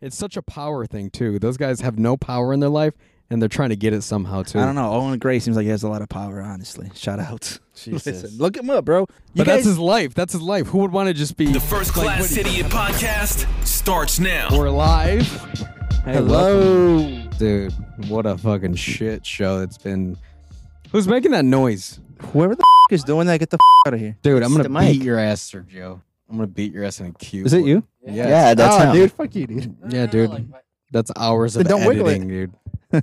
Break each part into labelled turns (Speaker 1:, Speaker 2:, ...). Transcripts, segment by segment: Speaker 1: It's such a power thing too. Those guys have no power in their life, and they're trying to get it somehow too.
Speaker 2: I don't know. Owen Gray seems like he has a lot of power. Honestly, shout out.
Speaker 3: Jesus.
Speaker 2: Listen, look him up, bro. You
Speaker 1: But
Speaker 2: guys,
Speaker 1: that's his life. That's his life. Who would want to just be
Speaker 4: The First Class City and Podcast starts now.
Speaker 1: We're live. Hey,
Speaker 2: hello.
Speaker 1: welcome. dude. What a fucking shit show it's been. Who's making that noise,
Speaker 2: Whoever the f- is doing that, get the f- out of here.
Speaker 1: dude? I'm
Speaker 3: It's
Speaker 1: gonna
Speaker 3: the
Speaker 1: beat
Speaker 3: mic.
Speaker 1: your ass, Sergio. I'm gonna beat your ass in a queue.
Speaker 2: Is it you?
Speaker 1: Yeah.
Speaker 3: Yeah, that's
Speaker 2: Ah,
Speaker 3: him.
Speaker 2: dude. Fuck you, dude.
Speaker 1: Yeah, dude. That's hours of
Speaker 2: Then don't wiggle it.
Speaker 1: editing, dude. oh,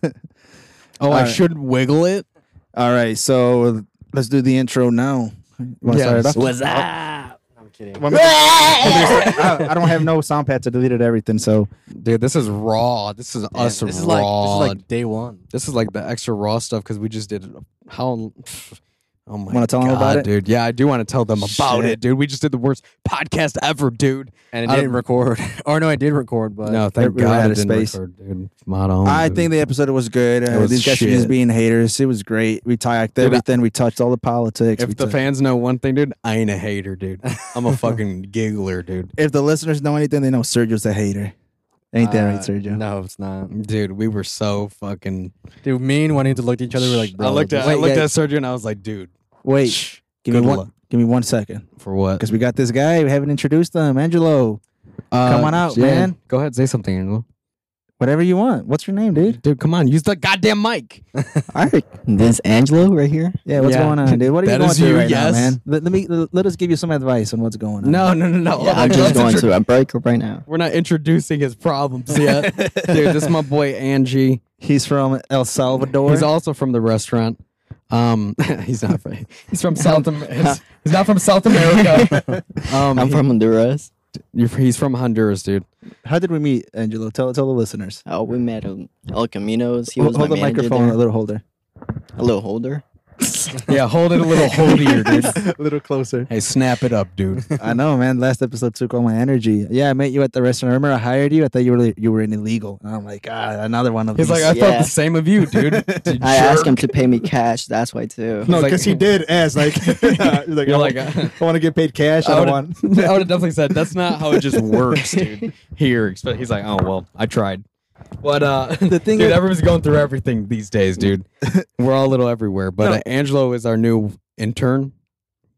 Speaker 1: I
Speaker 2: Alright.
Speaker 1: should wiggle it.
Speaker 2: All right, so let's do the intro now. You want
Speaker 1: Yeah.
Speaker 2: to start it off?
Speaker 3: What's up? I'm kidding.
Speaker 2: Want me to- want me to start- I, I don't have no sound pads. I deleted everything. So
Speaker 1: Dude, this is raw. This is us
Speaker 3: this is
Speaker 1: raw.
Speaker 3: like this is like day one.
Speaker 1: This is like the extra raw stuff because we just did how. Oh my
Speaker 2: Wanna tell 'em
Speaker 1: god,
Speaker 2: about it?
Speaker 1: dude! Yeah, I do want to tell them about
Speaker 2: Shit.
Speaker 1: it, dude. We just did the worst podcast ever, dude. I
Speaker 3: And it
Speaker 1: don't-
Speaker 3: didn't record. or no, it did record, but
Speaker 1: no, thank
Speaker 2: we were
Speaker 1: God
Speaker 2: out
Speaker 1: it
Speaker 2: of
Speaker 1: didn't
Speaker 2: space.
Speaker 1: record, dude. Mod on,
Speaker 2: I
Speaker 1: dude.
Speaker 2: think the episode was good. Uh,
Speaker 1: It was
Speaker 2: these guys were just
Speaker 1: shit.
Speaker 2: being haters. It was great. We talked
Speaker 1: Dude, I-
Speaker 2: everything. we touched all the politics. we
Speaker 1: if the
Speaker 2: touched-
Speaker 1: fans know one thing, dude, I ain't a hater, dude. I'm a fucking giggler, dude.
Speaker 2: if the listeners know anything, they know Sergio's a hater. Ain't that right,
Speaker 3: Uh,
Speaker 2: Sergio?
Speaker 3: No, it's not.
Speaker 1: Dude, we were so fucking.
Speaker 3: Dude, me and Juanita looked at each other. We're like, bro,
Speaker 1: I looked at I
Speaker 3: this-
Speaker 2: wait,
Speaker 1: looked
Speaker 2: guys.
Speaker 1: at Sergio and I was like, dude,
Speaker 2: Wait, give me
Speaker 1: good
Speaker 2: one.
Speaker 1: luck.
Speaker 2: Give me one second,
Speaker 1: for what?
Speaker 2: because we got this guy. We haven't introduced him, Angelo.
Speaker 1: Uh,
Speaker 2: on out,
Speaker 1: yeah,
Speaker 2: man.
Speaker 1: Go ahead, say something, Angelo.
Speaker 2: Whatever you want. What's your name, dude?
Speaker 1: Dude, come on, use the goddamn mic.
Speaker 2: All right.
Speaker 3: This Angelo right here.
Speaker 2: Yeah. What's
Speaker 1: Yeah.
Speaker 2: going on, dude? What are you
Speaker 1: That
Speaker 2: going
Speaker 1: is
Speaker 2: through
Speaker 1: you,
Speaker 2: right
Speaker 1: yes.
Speaker 2: now, man? Let, let me let, us give you some advice on what's going on.
Speaker 1: No, no, no, no.
Speaker 3: Yeah, I'm
Speaker 1: Let's
Speaker 3: just going
Speaker 1: intro-
Speaker 3: to a break right now.
Speaker 1: We're not introducing his problems yet. Dude, this is my boy Angie.
Speaker 2: he's from El Salvador.
Speaker 1: He's also from the restaurant. Um, he's not from. He's from South. Am- he's, he's not from South America. Um,
Speaker 3: I'm from Honduras.
Speaker 1: he- he's from Honduras, dude.
Speaker 2: How did we meet, Angelo? Tell tell the listeners.
Speaker 3: Oh, we met um, El Caminos. He
Speaker 2: Hol-
Speaker 3: was
Speaker 2: Hold
Speaker 3: my
Speaker 2: the
Speaker 3: manager
Speaker 2: microphone a
Speaker 3: there.
Speaker 2: little holder.
Speaker 3: a little holder.
Speaker 1: Yeah, hold it a little holdier, dude.
Speaker 2: a little closer.
Speaker 1: Hey, snap it up, dude.
Speaker 2: I know, man. Last episode took all my energy. Yeah, I met you at the restaurant. I remember I hired you. I thought you were you were an illegal. And I'm like, ah, another one of
Speaker 1: He's
Speaker 2: these.
Speaker 1: like, "Uh, I thought
Speaker 3: Yeah.
Speaker 1: the same of you, dude. You
Speaker 3: I
Speaker 1: jerk.
Speaker 3: asked him to pay me cash. That's why too.
Speaker 1: No, like- 'cause he
Speaker 2: did ask like, like uh,
Speaker 1: You're like, I
Speaker 2: want to get paid cash.
Speaker 1: would have definitely said that's not how it just works, dude. Here, but he's like, oh well, I tried. But uh,
Speaker 2: The thing
Speaker 1: dude,
Speaker 2: is-
Speaker 1: everyone's going through everything these days, dude. We're all a little everywhere. But
Speaker 2: No.
Speaker 1: uh, Angelo is our new intern.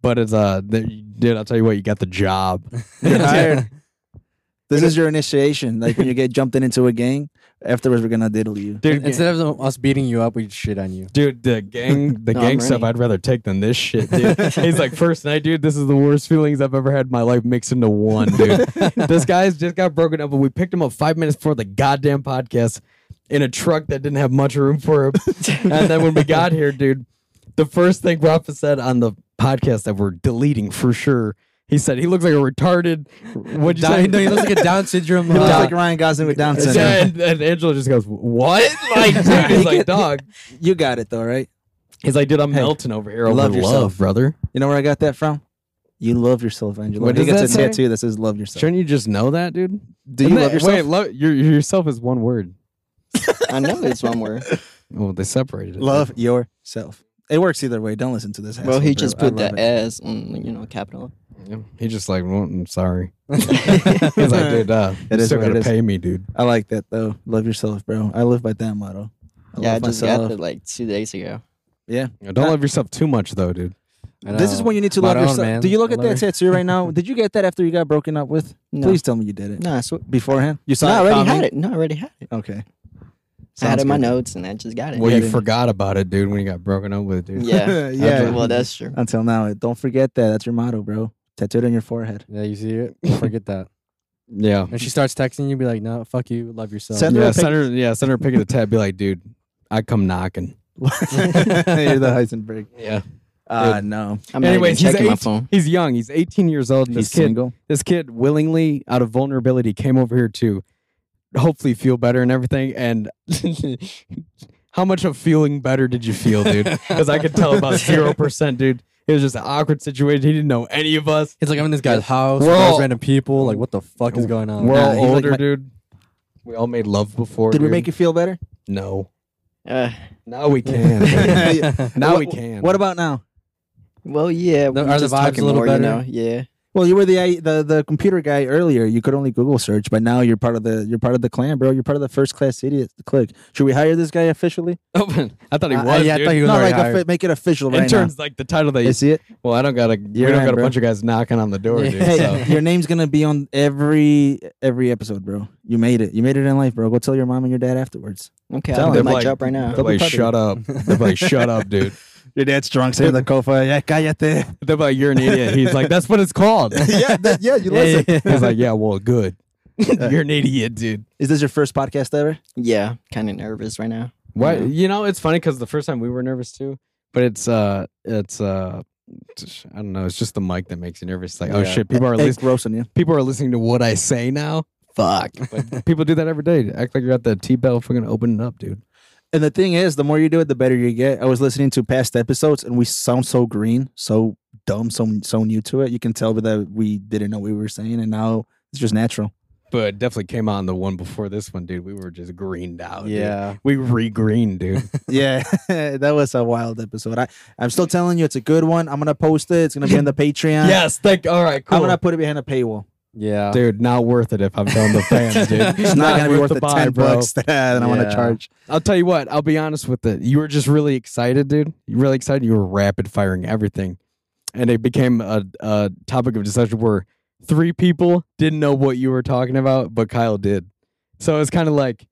Speaker 1: But it's uh, the, dude, I'll tell you what, you got the job.
Speaker 2: You're hired. This is your initiation. Like when you get jumped in into a gang. Afterwards, we're gonna diddle you.
Speaker 1: dude,
Speaker 5: Instead of us beating you up, we shit on you.
Speaker 1: Dude, the gang, the
Speaker 3: No, I'm
Speaker 1: gang stuff,
Speaker 3: ready.
Speaker 1: I'd rather take than this shit, dude. He's like, first night, dude, this is the worst feelings I've ever had in my life mixed into one, dude. this guy's just got broken up, and we picked him up five minutes before the goddamn podcast in a truck that didn't have much room for him. and then when we got here, dude, the first thing Rafa said on the podcast that we're deleting for sure, he said he looks like a retarded. What'd you say?
Speaker 5: Down, no, he looks like a Down syndrome.
Speaker 2: He looks
Speaker 5: uh,
Speaker 2: like Ryan Gosling with Down syndrome.
Speaker 1: yeah, and, and Angela just goes, "What?" Like, dude,
Speaker 2: He
Speaker 1: he's
Speaker 2: could-
Speaker 1: like, "Dog."
Speaker 2: You got it though, right?
Speaker 1: He's like, "Dude, I'm melting over here. Over
Speaker 2: love
Speaker 1: love,
Speaker 2: yourself.
Speaker 1: brother."
Speaker 2: You know where I got that from? You love yourself, Angelo.
Speaker 1: What
Speaker 2: he
Speaker 1: does
Speaker 2: gets
Speaker 1: that
Speaker 2: a
Speaker 1: say?
Speaker 2: tattoo that says "Love yourself."
Speaker 1: Shouldn't you just know that, dude?
Speaker 2: Do you
Speaker 1: Isn't
Speaker 2: love
Speaker 1: that-
Speaker 2: yourself?
Speaker 1: Wait, love, your, yourself is one word.
Speaker 3: I know it's one word.
Speaker 1: Well, they separated it.
Speaker 2: Love yourself. It works either way. Don't listen to this.
Speaker 3: Well,
Speaker 2: asshole,
Speaker 3: he just
Speaker 2: bro. I
Speaker 3: put the
Speaker 2: love it.
Speaker 3: S on you know capital.
Speaker 1: Yeah. He just like, well, I'm sorry. He's like, dude, uh,
Speaker 2: It
Speaker 1: you
Speaker 2: is
Speaker 1: still
Speaker 2: what it
Speaker 1: gotta
Speaker 2: is.
Speaker 1: pay me, dude.
Speaker 2: I like that though. Love yourself, bro. I live by that motto. I
Speaker 3: yeah, I
Speaker 2: love
Speaker 3: just
Speaker 2: myself.
Speaker 3: got it like two days ago.
Speaker 2: Yeah.
Speaker 1: You know, Don't love yourself too much, though, dude.
Speaker 5: I
Speaker 2: This is
Speaker 5: know.
Speaker 2: when you need to
Speaker 5: My
Speaker 2: love
Speaker 5: own,
Speaker 2: yourself.
Speaker 5: man.
Speaker 2: Do you look
Speaker 5: I
Speaker 2: at
Speaker 5: love
Speaker 2: that
Speaker 5: her.
Speaker 2: tattoo right now? Did you get that after you got broken up with?
Speaker 3: No.
Speaker 2: Please tell me you did it.
Speaker 3: No, I, sw-
Speaker 2: Beforehand? You
Speaker 3: no,
Speaker 2: saw
Speaker 3: I
Speaker 2: it
Speaker 3: already
Speaker 2: coming?
Speaker 3: had it. No, I already had it.
Speaker 2: Okay.
Speaker 3: I had
Speaker 2: Sounds
Speaker 3: it in my
Speaker 2: good.
Speaker 3: notes and I just got it.
Speaker 1: Well,
Speaker 2: Yeah,
Speaker 1: you
Speaker 2: dude.
Speaker 1: forgot about it, dude, when you got broken up with, dude.
Speaker 3: yeah.
Speaker 2: yeah.
Speaker 3: Well, that's true.
Speaker 2: Until now, don't forget that. That's your motto, bro. Tattooed on your forehead.
Speaker 5: Yeah, you see it. Don't Forget that.
Speaker 1: Yeah.
Speaker 5: When she starts texting you, be like, "No, fuck you. Love yourself."
Speaker 2: Send her
Speaker 1: Yeah,
Speaker 2: a pic-
Speaker 1: send her, yeah, send her a pic of the tab. Be like, dude, I come knocking.
Speaker 2: You're the Heisenberg.
Speaker 1: Yeah.
Speaker 2: Ah, no.
Speaker 3: I'm not
Speaker 1: Anyways, he's
Speaker 3: even checking my
Speaker 1: 18
Speaker 3: phone.
Speaker 1: He's young. He's 18 years old. and
Speaker 2: He's
Speaker 1: This kid,
Speaker 2: single.
Speaker 1: this kid willingly out of vulnerability came over here to hopefully feel better and everything and how much of feeling better did you feel dude because i could tell about 0% dude it was just an awkward situation he didn't know any of us
Speaker 5: It's like I'm in this guy's house.
Speaker 1: We're
Speaker 5: with all
Speaker 1: all-
Speaker 5: these random people. Like, what the fuck is going on?
Speaker 1: we're
Speaker 2: nah,
Speaker 1: all
Speaker 2: he's like
Speaker 1: older
Speaker 2: my-
Speaker 1: dude we all made love before
Speaker 2: Did we
Speaker 1: dude.
Speaker 2: make you feel better?
Speaker 1: no
Speaker 3: Uh,
Speaker 1: now we can dude. now we can
Speaker 2: What about now?
Speaker 3: well, yeah. we
Speaker 5: are
Speaker 3: were
Speaker 5: the
Speaker 3: just
Speaker 5: vibes a
Speaker 3: talking
Speaker 5: little
Speaker 3: more,
Speaker 5: better?
Speaker 3: You know? Yeah.
Speaker 2: Well, you were the I- the the computer guy earlier. You could only Google search, but now you're part of the you're part of the clan, bro. You're part of the first class idiot clique. Should we hire this guy officially?
Speaker 1: I thought he
Speaker 2: Uh,
Speaker 5: I-
Speaker 1: was.
Speaker 5: I- yeah, I
Speaker 1: dude.
Speaker 5: thought he was
Speaker 2: no,
Speaker 5: already
Speaker 2: like offi-
Speaker 5: hired.
Speaker 2: make it official right
Speaker 1: Intern's like the title that
Speaker 2: now.
Speaker 1: you
Speaker 2: You see it?
Speaker 1: Well, I don't got a. We
Speaker 2: You're
Speaker 1: don't
Speaker 2: right,
Speaker 1: got a
Speaker 2: bro.
Speaker 1: bunch of guys knocking on the door, dude.
Speaker 2: Hey,
Speaker 1: So.
Speaker 2: your name's gonna be on every every episode, bro. You made it. You made it in life, bro. Go tell your mom and your dad afterwards.
Speaker 3: Okay,
Speaker 2: Tell
Speaker 3: I'll
Speaker 2: him.
Speaker 3: do my
Speaker 1: Like-
Speaker 3: job right now.
Speaker 1: They're like,
Speaker 2: puppy.
Speaker 1: shut up. They're like, shut up, dude.
Speaker 2: Your dad's drunk, saying the kofa. Yeah, cállate.
Speaker 1: They're like, you're an idiot. He's like, that's what it's called.
Speaker 2: yeah, that, yeah. You
Speaker 5: Yeah,
Speaker 2: listen.
Speaker 5: yeah, yeah.
Speaker 1: He's like, yeah, well, good. you're an idiot, dude.
Speaker 2: Is this your first podcast ever?
Speaker 3: Yeah, kind of nervous right now.
Speaker 1: Why?
Speaker 3: Yeah.
Speaker 1: You know, it's funny because the first time we were nervous too, but it's uh, it's uh, t- I don't know. It's just the mic that makes you nervous. It's like, oh
Speaker 5: Yeah.
Speaker 1: shit, people are
Speaker 2: Hey,
Speaker 1: listening.
Speaker 2: grossing you.
Speaker 1: People are listening to what I say now. Fuck. But people do that every day. Act like you're at the T bell. If we're gonna open it up, dude.
Speaker 2: And the thing is, the more you do it, the better you get. I was listening to past episodes, and we sound so green, so dumb, so so new to it. You can tell that we didn't know what we were saying, and now it's just natural.
Speaker 1: But it definitely came on the one before this one, dude. We were just greened out. dude.
Speaker 5: yeah.
Speaker 1: We re-greened, dude.
Speaker 2: yeah, that was a wild episode. I I'm still telling you, it's a good one. I'm gonna post it. It's gonna be on the Patreon.
Speaker 1: yes. Thank. All right. Cool.
Speaker 2: I'm gonna put it behind a paywall.
Speaker 5: Yeah.
Speaker 1: dude, not worth it if I'm telling the fans, dude.
Speaker 2: It's not, gonna be worth the
Speaker 1: buy,
Speaker 2: ten bucks that I want to
Speaker 5: Yeah.
Speaker 2: charge.
Speaker 1: I'll tell you what. I'll be honest with it. You were just really excited, dude. You were really excited. You were rapid firing everything, and it became a, a topic of discussion where three people didn't know what you were talking about, but Kyle did. So it's kind of like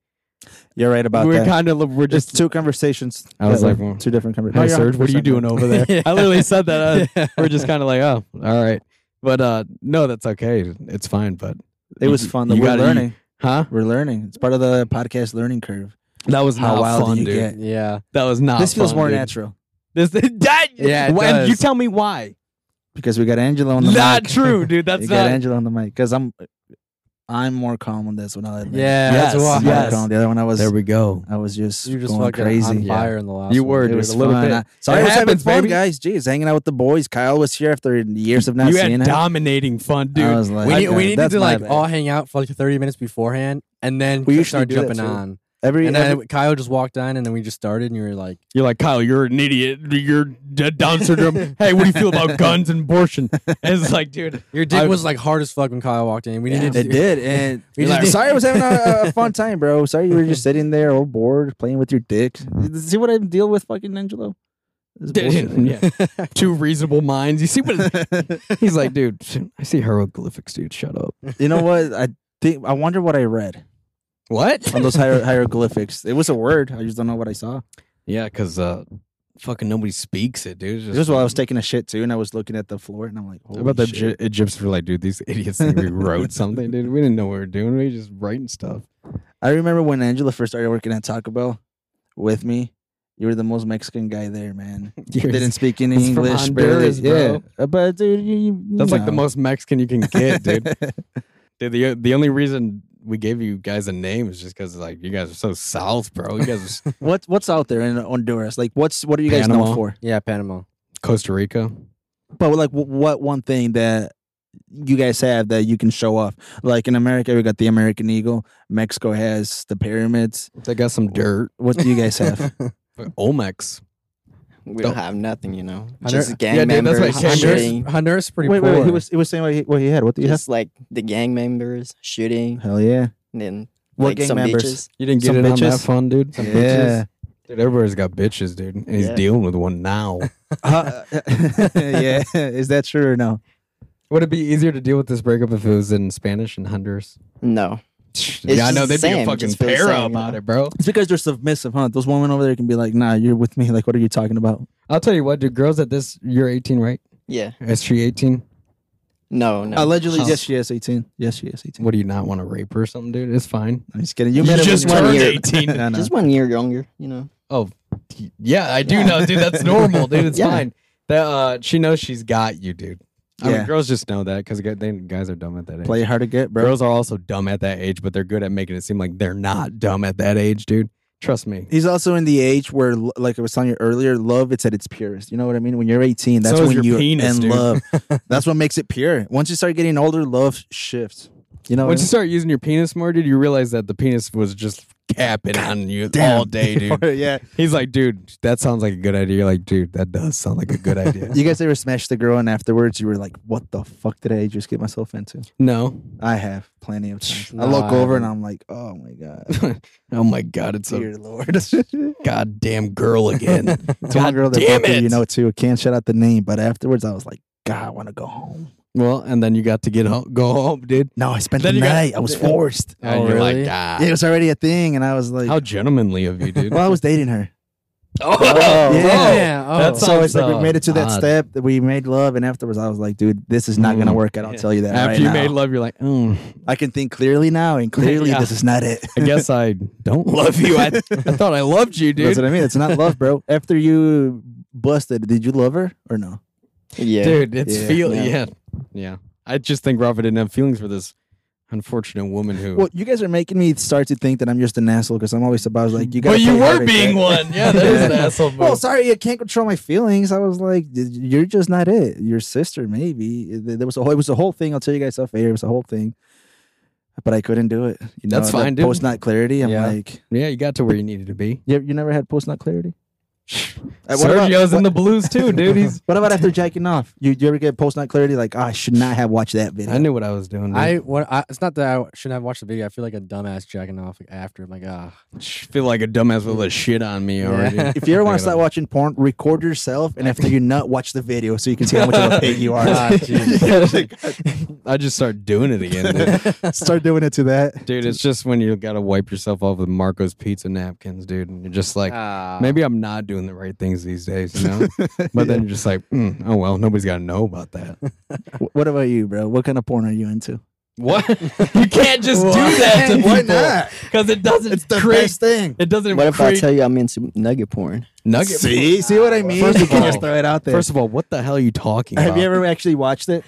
Speaker 2: You're right about
Speaker 1: we're
Speaker 2: that.
Speaker 1: kind of we're
Speaker 2: It's
Speaker 1: just
Speaker 2: two conversations.
Speaker 1: I was
Speaker 2: that
Speaker 1: like,
Speaker 2: were
Speaker 1: well,
Speaker 2: two different
Speaker 1: hey
Speaker 2: conversations.
Speaker 1: Serge, what are you doing over there? I literally said that. Uh, We're just kind of like, oh, all right, but uh, no, that's okay. It's fine, but
Speaker 2: It was fun. That
Speaker 1: You
Speaker 2: we're
Speaker 1: gotta- you-
Speaker 2: learning.
Speaker 1: huh?
Speaker 2: we're learning. It's part of the podcast learning curve.
Speaker 1: That was
Speaker 2: How
Speaker 1: not
Speaker 2: wild do
Speaker 1: fun,
Speaker 2: you
Speaker 1: dude.
Speaker 2: get?
Speaker 5: yeah.
Speaker 1: That was not.
Speaker 2: this feels
Speaker 1: Ah, fun,
Speaker 2: more
Speaker 1: dude.
Speaker 2: natural
Speaker 1: This that
Speaker 5: Yeah, it
Speaker 1: Why- and You
Speaker 5: does.
Speaker 1: tell me why.
Speaker 2: because we got Angela on the
Speaker 1: Not
Speaker 2: mic.
Speaker 1: true, dude.
Speaker 2: we
Speaker 1: That's
Speaker 2: got
Speaker 1: not.
Speaker 2: Angela on the mic because I'm I'm more calm on this one. I'll admit.
Speaker 5: Yeah.
Speaker 1: Yes,
Speaker 5: That's why.
Speaker 2: I'm
Speaker 1: yes.
Speaker 2: more calm. The other one I was
Speaker 1: we go.
Speaker 2: I was just
Speaker 5: You just
Speaker 2: going
Speaker 5: fucking
Speaker 2: crazy.
Speaker 5: on fire in the last.
Speaker 1: You
Speaker 5: one.
Speaker 1: were,
Speaker 2: It
Speaker 1: dude.
Speaker 2: was
Speaker 1: a little
Speaker 2: fun.
Speaker 1: bit.
Speaker 2: I- Sorry,
Speaker 1: It
Speaker 2: it was having
Speaker 1: happens,
Speaker 2: fun,
Speaker 1: baby.
Speaker 2: guys. Jeez, hanging out with the boys. Kyle was here after years of not
Speaker 1: you
Speaker 2: seeing Uh,
Speaker 1: had
Speaker 2: him.
Speaker 1: dominating fun, dude.
Speaker 2: I was like,
Speaker 5: We need,
Speaker 2: okay,
Speaker 5: we needed
Speaker 2: that's
Speaker 5: to
Speaker 2: my
Speaker 5: like
Speaker 2: bad.
Speaker 5: all hang out for like 30 minutes beforehand and then
Speaker 2: We
Speaker 5: we
Speaker 2: usually
Speaker 5: start
Speaker 2: do that
Speaker 5: jumping
Speaker 2: too.
Speaker 5: on.
Speaker 2: every,
Speaker 5: And
Speaker 2: every
Speaker 5: then Kyle just walked on and then we just started and you were like,
Speaker 1: You're like Kyle. You're an idiot. You're d- Down syndrome. hey, what do you feel about guns and abortion? And it's like, dude,
Speaker 5: your dick
Speaker 1: I-
Speaker 5: was like hard as fuck when Kyle walked in. We
Speaker 2: yeah,
Speaker 5: needed to
Speaker 2: it did, and
Speaker 5: We
Speaker 2: you're
Speaker 5: just
Speaker 2: like,
Speaker 5: did-
Speaker 2: sorry, I was having a, a fun time, bro. Sorry, you were just sitting there, all bored, playing with your dick. See what I deal with, fucking Angelo. This is bullshit.
Speaker 1: yeah. two reasonable minds. You see what? He's like, dude. I see hieroglyphics, dude. Shut up.
Speaker 2: You know what? I think I wonder what I read
Speaker 1: What?
Speaker 2: on those hier- hieroglyphics. It was a word. I just don't know what I saw.
Speaker 1: yeah, because uh, fucking nobody speaks it, dude. It's
Speaker 2: This was while I was taking a shit too, and I was looking at the floor, and I'm like,
Speaker 1: How
Speaker 2: Holy
Speaker 1: about the
Speaker 2: shit.
Speaker 1: Egy- Egyptians were like, dude, these idiots think we wrote something, dude. We didn't know what we were doing. We were just writing stuff.
Speaker 2: I remember when Angela first started working at Taco Bell with me. You were the most Mexican guy there, man.
Speaker 1: You're
Speaker 2: Didn't
Speaker 1: just-
Speaker 2: speak any
Speaker 1: he's from
Speaker 2: English,
Speaker 1: Honduras,
Speaker 2: barely- Yeah, Uh, but dude, you, you
Speaker 1: That's like the
Speaker 2: know.
Speaker 1: most Mexican you can get, dude. dude the the only reason we gave you guys a name is just because like you guys are so south, bro. You guys are s-
Speaker 2: what what's out there in Honduras? Like, what's what are you guys
Speaker 1: Panama.
Speaker 2: known for?
Speaker 5: Yeah, Panama.
Speaker 1: Costa Rica.
Speaker 2: But like, wh- what one thing that you guys have that you can show off? Like in America, we got the American eagle. Mexico has the pyramids.
Speaker 1: They got some dirt.
Speaker 2: What do you guys have?
Speaker 1: Olmecs.
Speaker 3: We don't
Speaker 1: Don't-
Speaker 3: have nothing, you know.
Speaker 5: I
Speaker 3: Just
Speaker 5: don't-
Speaker 1: Yeah,
Speaker 3: gang
Speaker 1: dude, that's
Speaker 3: members
Speaker 1: what it came-
Speaker 5: Honduras,
Speaker 3: shooting.
Speaker 5: Honduras is pretty
Speaker 2: wait,
Speaker 5: poor.
Speaker 2: wait, he was he was saying what he, what he had. What do you
Speaker 3: Just like the gang members shooting,
Speaker 2: have? Hell yeah!
Speaker 3: and then
Speaker 2: What
Speaker 3: like
Speaker 2: gang
Speaker 3: some
Speaker 2: members?
Speaker 3: bitches.
Speaker 1: You didn't get
Speaker 2: Some
Speaker 1: in on that
Speaker 2: bitches.
Speaker 1: fun, dude. Some bitches.
Speaker 2: Yeah,
Speaker 1: Dude, everybody's got bitches, dude. And he's
Speaker 3: Yeah.
Speaker 1: dealing with one now.
Speaker 2: Uh, yeah. Is that true or no?
Speaker 1: Would it be easier to deal with this breakup if it was in Spanish and Honduras?
Speaker 3: No,
Speaker 1: yeah, I
Speaker 3: just
Speaker 1: know
Speaker 3: the
Speaker 1: they'd be a
Speaker 3: same,
Speaker 1: fucking
Speaker 3: just feel the same,
Speaker 1: para
Speaker 3: you
Speaker 1: about
Speaker 3: know?
Speaker 1: it, bro.
Speaker 2: It's because they're submissive, huh? Those women over there can be like, "Nah, you're with me." Like, what are you talking about?
Speaker 1: I'll tell you what, dude. Girls at this, you're 18, right?
Speaker 3: yeah,
Speaker 1: Is she 18?
Speaker 3: no, no.
Speaker 2: Allegedly,
Speaker 3: Huh.
Speaker 2: yes, she is eighteen. Yes, she is eighteen.
Speaker 1: What do you not want to rape her or something, dude? It's fine.
Speaker 2: I'm just kidding. You,
Speaker 1: You
Speaker 2: met her
Speaker 1: just
Speaker 2: when you were
Speaker 3: turned
Speaker 2: younger.
Speaker 1: 18.
Speaker 2: I know.
Speaker 3: Just one year younger, you know.
Speaker 1: Oh, yeah, I do
Speaker 3: Yeah.
Speaker 1: know, dude. That's normal, dude. It's
Speaker 3: Yeah.
Speaker 1: fine. That uh, she knows she's got you, dude. I mean,
Speaker 2: Yeah.
Speaker 1: girls just know that because guys are dumb at that age.
Speaker 2: play hard to get, bro.
Speaker 1: Girls are also dumb at that age, but they're good at making it seem like they're not dumb at that age, dude. Trust me.
Speaker 2: He's also in the age where, l- like I was telling you earlier, love it's at its purest. You know what I mean? When you're 18, that's
Speaker 1: So is
Speaker 2: when
Speaker 1: your
Speaker 2: you're
Speaker 1: penis,
Speaker 2: in
Speaker 1: dude.
Speaker 2: love. that's what makes it pure. Once you start getting older, love shifts. You know, what
Speaker 1: Once
Speaker 2: I
Speaker 1: you start using your penis more, dude, you realize that the penis was just tapping on you all day, dude.
Speaker 2: yeah.
Speaker 1: He's like, dude, that sounds like a good idea. You're like, dude, that does sound like a good idea.
Speaker 2: You guys ever smashed the girl and afterwards you were like, what the fuck did I just get myself into?
Speaker 1: no.
Speaker 2: I have plenty of times. I
Speaker 5: No,
Speaker 2: look
Speaker 5: I
Speaker 2: over and I'm like, oh my God.
Speaker 1: Oh my god, it's a
Speaker 2: Dear Lord. it's
Speaker 1: goddamn girl again.
Speaker 2: one
Speaker 1: God
Speaker 2: girl that
Speaker 1: damn
Speaker 2: fucking, you
Speaker 1: it.
Speaker 2: know too. Can't shout out the name, but afterwards I was like, God, I want to go home.
Speaker 1: well, and then you got to get home, go home, dude.
Speaker 2: No, I spent
Speaker 1: Then
Speaker 2: the
Speaker 1: you got- uh,
Speaker 2: night. I was forced.
Speaker 5: Oh,
Speaker 1: and you're
Speaker 5: really?
Speaker 1: like, ah,
Speaker 2: It was already a thing, and I was like,
Speaker 1: how gentlemanly of you, dude.
Speaker 2: well, I was dating her.
Speaker 1: oh,
Speaker 5: Yeah. Oh.
Speaker 1: That's
Speaker 2: So it's
Speaker 1: sounds,
Speaker 2: like
Speaker 1: uh,
Speaker 2: we made it to that
Speaker 1: odd.
Speaker 2: step that we made love, and afterwards I was like, dude, this is not gonna
Speaker 1: Mm.
Speaker 2: work. out. I'll
Speaker 1: Yeah.
Speaker 2: tell you that.
Speaker 1: After
Speaker 2: right
Speaker 1: you
Speaker 2: now.
Speaker 1: made love, you're like, mm,
Speaker 2: I can think clearly now, and clearly
Speaker 1: Yeah.
Speaker 2: this is not it.
Speaker 1: I guess I don't love you. I, I thought I loved you, dude.
Speaker 2: That's what I mean. It's not love, bro. After you busted, did you love her or no?
Speaker 3: Yeah.
Speaker 1: dude, it's
Speaker 2: Yeah.
Speaker 1: feel,
Speaker 3: Yeah.
Speaker 1: yeah. yeah, I just think Rafa didn't have feelings for this unfortunate woman who.
Speaker 2: Well, you guys are making me start to think that I'm just an asshole because I'm always about like you guys.
Speaker 1: but you were being one. Yeah, that is an asshole move.
Speaker 2: Well, sorry, I can't control my feelings. I was like, "Y- you're just not it. Your sister, maybe. Th- There was a whole, it was a whole thing. I'll tell you guys off air. It was a whole thing, but I couldn't do it. You know,
Speaker 1: That's fine, dude.
Speaker 2: Post not clarity. I'm
Speaker 5: Yeah.
Speaker 2: like,
Speaker 1: yeah, you got to where you needed to be.
Speaker 2: you, you never had post not clarity. Uh, what about-
Speaker 1: Sergio's in
Speaker 2: what-
Speaker 1: the blues too, dude. He's.
Speaker 2: What about after jacking off? You, you ever get post not clarity? Like, "Ah, I should not have watched that video.
Speaker 1: I knew what I was doing. Dude.
Speaker 5: I what I, it's not that I shouldn't have watched the video. I feel like a dumbass jacking off after. I'm like, ah,
Speaker 1: feel like a dumbass with a shit on me already.
Speaker 5: Yeah.
Speaker 2: If you ever want
Speaker 1: Check it
Speaker 2: to start
Speaker 1: out.
Speaker 2: watching porn, record yourself, and after you nut, watch the video so you can see how much of a pig you are.
Speaker 5: Ah,
Speaker 1: I just start doing it again, dude.
Speaker 2: start doing it to that.
Speaker 1: Dude, it's just when you gotta wipe yourself off with Marco's pizza napkins, dude, and you're just like,
Speaker 5: ah.
Speaker 1: maybe I'm not doing the right things these days, you know. But then you're just like, mm, oh well, nobody's gotta know about that.
Speaker 2: Wh- What about you, bro? What kind of porn are you into?
Speaker 1: what? you can't just do that to
Speaker 2: Why
Speaker 1: people
Speaker 2: not?
Speaker 1: because it doesn't create.
Speaker 2: thing.
Speaker 1: It doesn't
Speaker 3: What if I
Speaker 1: create
Speaker 3: tell you I'm into nugget porn?
Speaker 1: nugget.
Speaker 2: See, see what I mean?
Speaker 1: First
Speaker 2: you
Speaker 1: of
Speaker 2: can
Speaker 1: all-
Speaker 2: just throw it out there.
Speaker 1: First of all, what the hell are you talking
Speaker 2: have
Speaker 1: about?
Speaker 2: you ever actually watched it?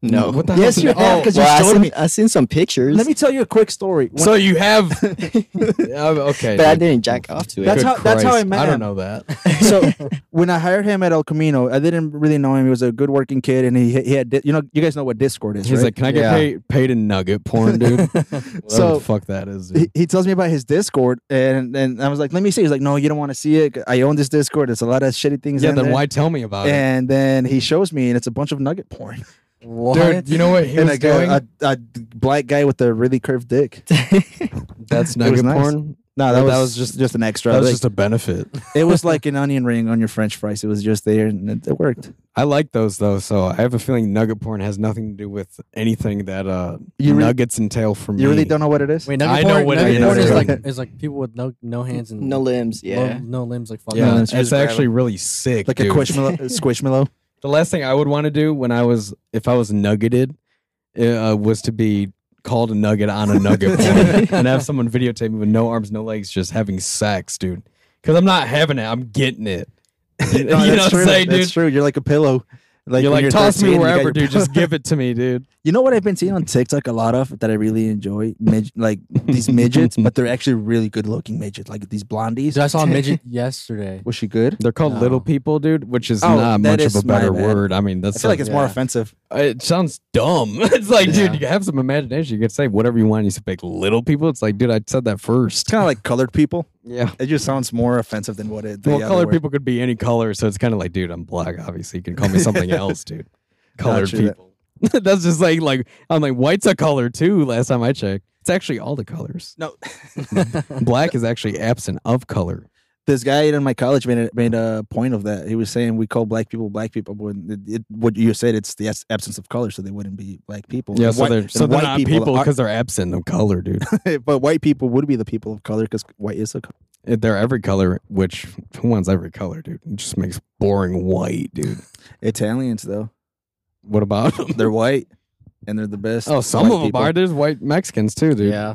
Speaker 3: No.
Speaker 1: What the
Speaker 2: Yes,
Speaker 1: hell?
Speaker 2: you have,
Speaker 1: Oh,
Speaker 2: 'cause
Speaker 3: well,
Speaker 2: you
Speaker 3: I
Speaker 2: showed
Speaker 3: seen,
Speaker 2: me-
Speaker 3: I seen some pictures.
Speaker 2: Let me tell you a quick story. When-
Speaker 1: so you have. Oh, okay.
Speaker 3: but I
Speaker 1: dude.
Speaker 3: didn't jack off to it.
Speaker 2: That's
Speaker 1: Good
Speaker 2: how- that's how I
Speaker 1: Christ.
Speaker 2: met
Speaker 1: I
Speaker 2: him.
Speaker 1: don't know that.
Speaker 2: so when I hired him at El Camino, I didn't really know him. He was a good working kid, and he he had di- you know you guys know what Discord is.
Speaker 1: He's
Speaker 2: right?
Speaker 1: like, can I get
Speaker 5: Yeah.
Speaker 1: paid paid in nugget porn, dude? Whatever
Speaker 2: So-
Speaker 1: the fuck that is. Dude.
Speaker 2: he, he tells me about his Discord, and and I was like, let me see. He's like, no, you don't want to see it. I own this Discord. There's a lot of shitty things.
Speaker 1: Yeah,
Speaker 2: in
Speaker 1: then
Speaker 2: there.
Speaker 1: why tell me about it?
Speaker 2: And then he shows me, and it's a bunch of nugget porn.
Speaker 5: what?
Speaker 1: Dude, you know what he
Speaker 2: and
Speaker 1: was
Speaker 2: like a,
Speaker 1: doing?
Speaker 2: a, a black guy with a really curved dick.
Speaker 1: That's
Speaker 2: it was
Speaker 1: nugget
Speaker 2: nice.
Speaker 1: porn.
Speaker 2: No,
Speaker 1: That
Speaker 2: that
Speaker 1: was
Speaker 2: was, just just an extra.
Speaker 1: That was
Speaker 2: Like,
Speaker 1: just a benefit.
Speaker 2: it was like an onion ring on your French fries. It was just there, and it, it worked.
Speaker 1: I like those though, so I have a feeling nugget porn has nothing to do with anything that uh
Speaker 2: You really-
Speaker 1: nuggets entail for me.
Speaker 2: You really don't know what it is?
Speaker 5: Wait, nugget
Speaker 1: I know
Speaker 5: porn,
Speaker 1: what it
Speaker 5: nugget
Speaker 2: is.
Speaker 5: porn is
Speaker 2: Yeah.
Speaker 5: like is like people with no no hands and
Speaker 3: no limbs.
Speaker 5: lo-
Speaker 3: Yeah.
Speaker 5: no limbs like fucking.
Speaker 1: Yeah,
Speaker 2: No,
Speaker 1: it's,
Speaker 2: it's just
Speaker 1: actually really sick.
Speaker 2: like
Speaker 1: dude.
Speaker 2: a quishmallow, squishmallow.
Speaker 1: The last thing I would want to do when I was, if I was nuggeted, uh, was to be called a nugget on a nugget porn and have someone videotape me with no arms, no legs, just having sex, dude. Because I'm not having it, I'm getting it. you know
Speaker 2: No, that's
Speaker 1: what
Speaker 2: true.
Speaker 1: I'm saying,
Speaker 2: that's
Speaker 1: dude?
Speaker 2: true. You're like a pillow. Like
Speaker 1: you're
Speaker 2: when
Speaker 1: like, toss
Speaker 2: 13,
Speaker 1: me
Speaker 2: you got
Speaker 1: wherever,
Speaker 2: your
Speaker 1: dude.
Speaker 2: pillow."
Speaker 1: Just give it to me, dude.
Speaker 2: You know what I've been seeing on TikTok a lot of that I really enjoy, Mid- like these midgets, but they're actually really good looking midgets, like these blondies.
Speaker 5: Dude, I saw a midget yesterday.
Speaker 2: Was she good?
Speaker 1: They're called
Speaker 5: No.
Speaker 1: little people, dude, which is
Speaker 2: Oh,
Speaker 1: not
Speaker 2: that
Speaker 1: much
Speaker 2: is
Speaker 1: of a
Speaker 2: my
Speaker 1: better
Speaker 2: bad.
Speaker 1: word. I mean,
Speaker 2: I
Speaker 1: that's
Speaker 2: feel like it's more
Speaker 5: Yeah.
Speaker 2: offensive.
Speaker 1: it sounds dumb. it's like,
Speaker 5: Yeah.
Speaker 1: dude, you have some imagination. You could say whatever you want. You say like little people. It's like, dude, I said that first.
Speaker 2: It's kind of like colored people.
Speaker 1: Yeah.
Speaker 2: It just sounds more offensive than what it. the
Speaker 1: Well,
Speaker 2: other
Speaker 1: colored
Speaker 2: word-
Speaker 1: people could be any color, so it's kind of like, dude, I'm black. Obviously, you can call me something else, dude. Colored
Speaker 2: Gotcha, that-
Speaker 1: people. That's just like, like I'm like white's a color too. Last time I checked, it's actually all the colors.
Speaker 2: No,
Speaker 1: Black is actually absent of color.
Speaker 2: this guy in my college made a, made a point of that. He was saying we call black people black people, but it, it, what you said it's the abs- absence of color, so they wouldn't be black people.
Speaker 1: Yeah,
Speaker 2: And
Speaker 1: so
Speaker 2: white-
Speaker 1: they're
Speaker 2: and
Speaker 1: so they're
Speaker 2: white
Speaker 1: not people
Speaker 2: are-
Speaker 1: because they're absent of color, dude.
Speaker 2: but white people would be the people of color because white is a color.
Speaker 1: If they're every color, which who wants every color, dude? It just makes boring white, dude.
Speaker 2: Italians though
Speaker 1: What about them?
Speaker 2: they're white and they're the best.
Speaker 1: Oh, some
Speaker 2: white
Speaker 1: of them
Speaker 2: people.
Speaker 1: are. There's white Mexicans too, dude.
Speaker 5: Yeah.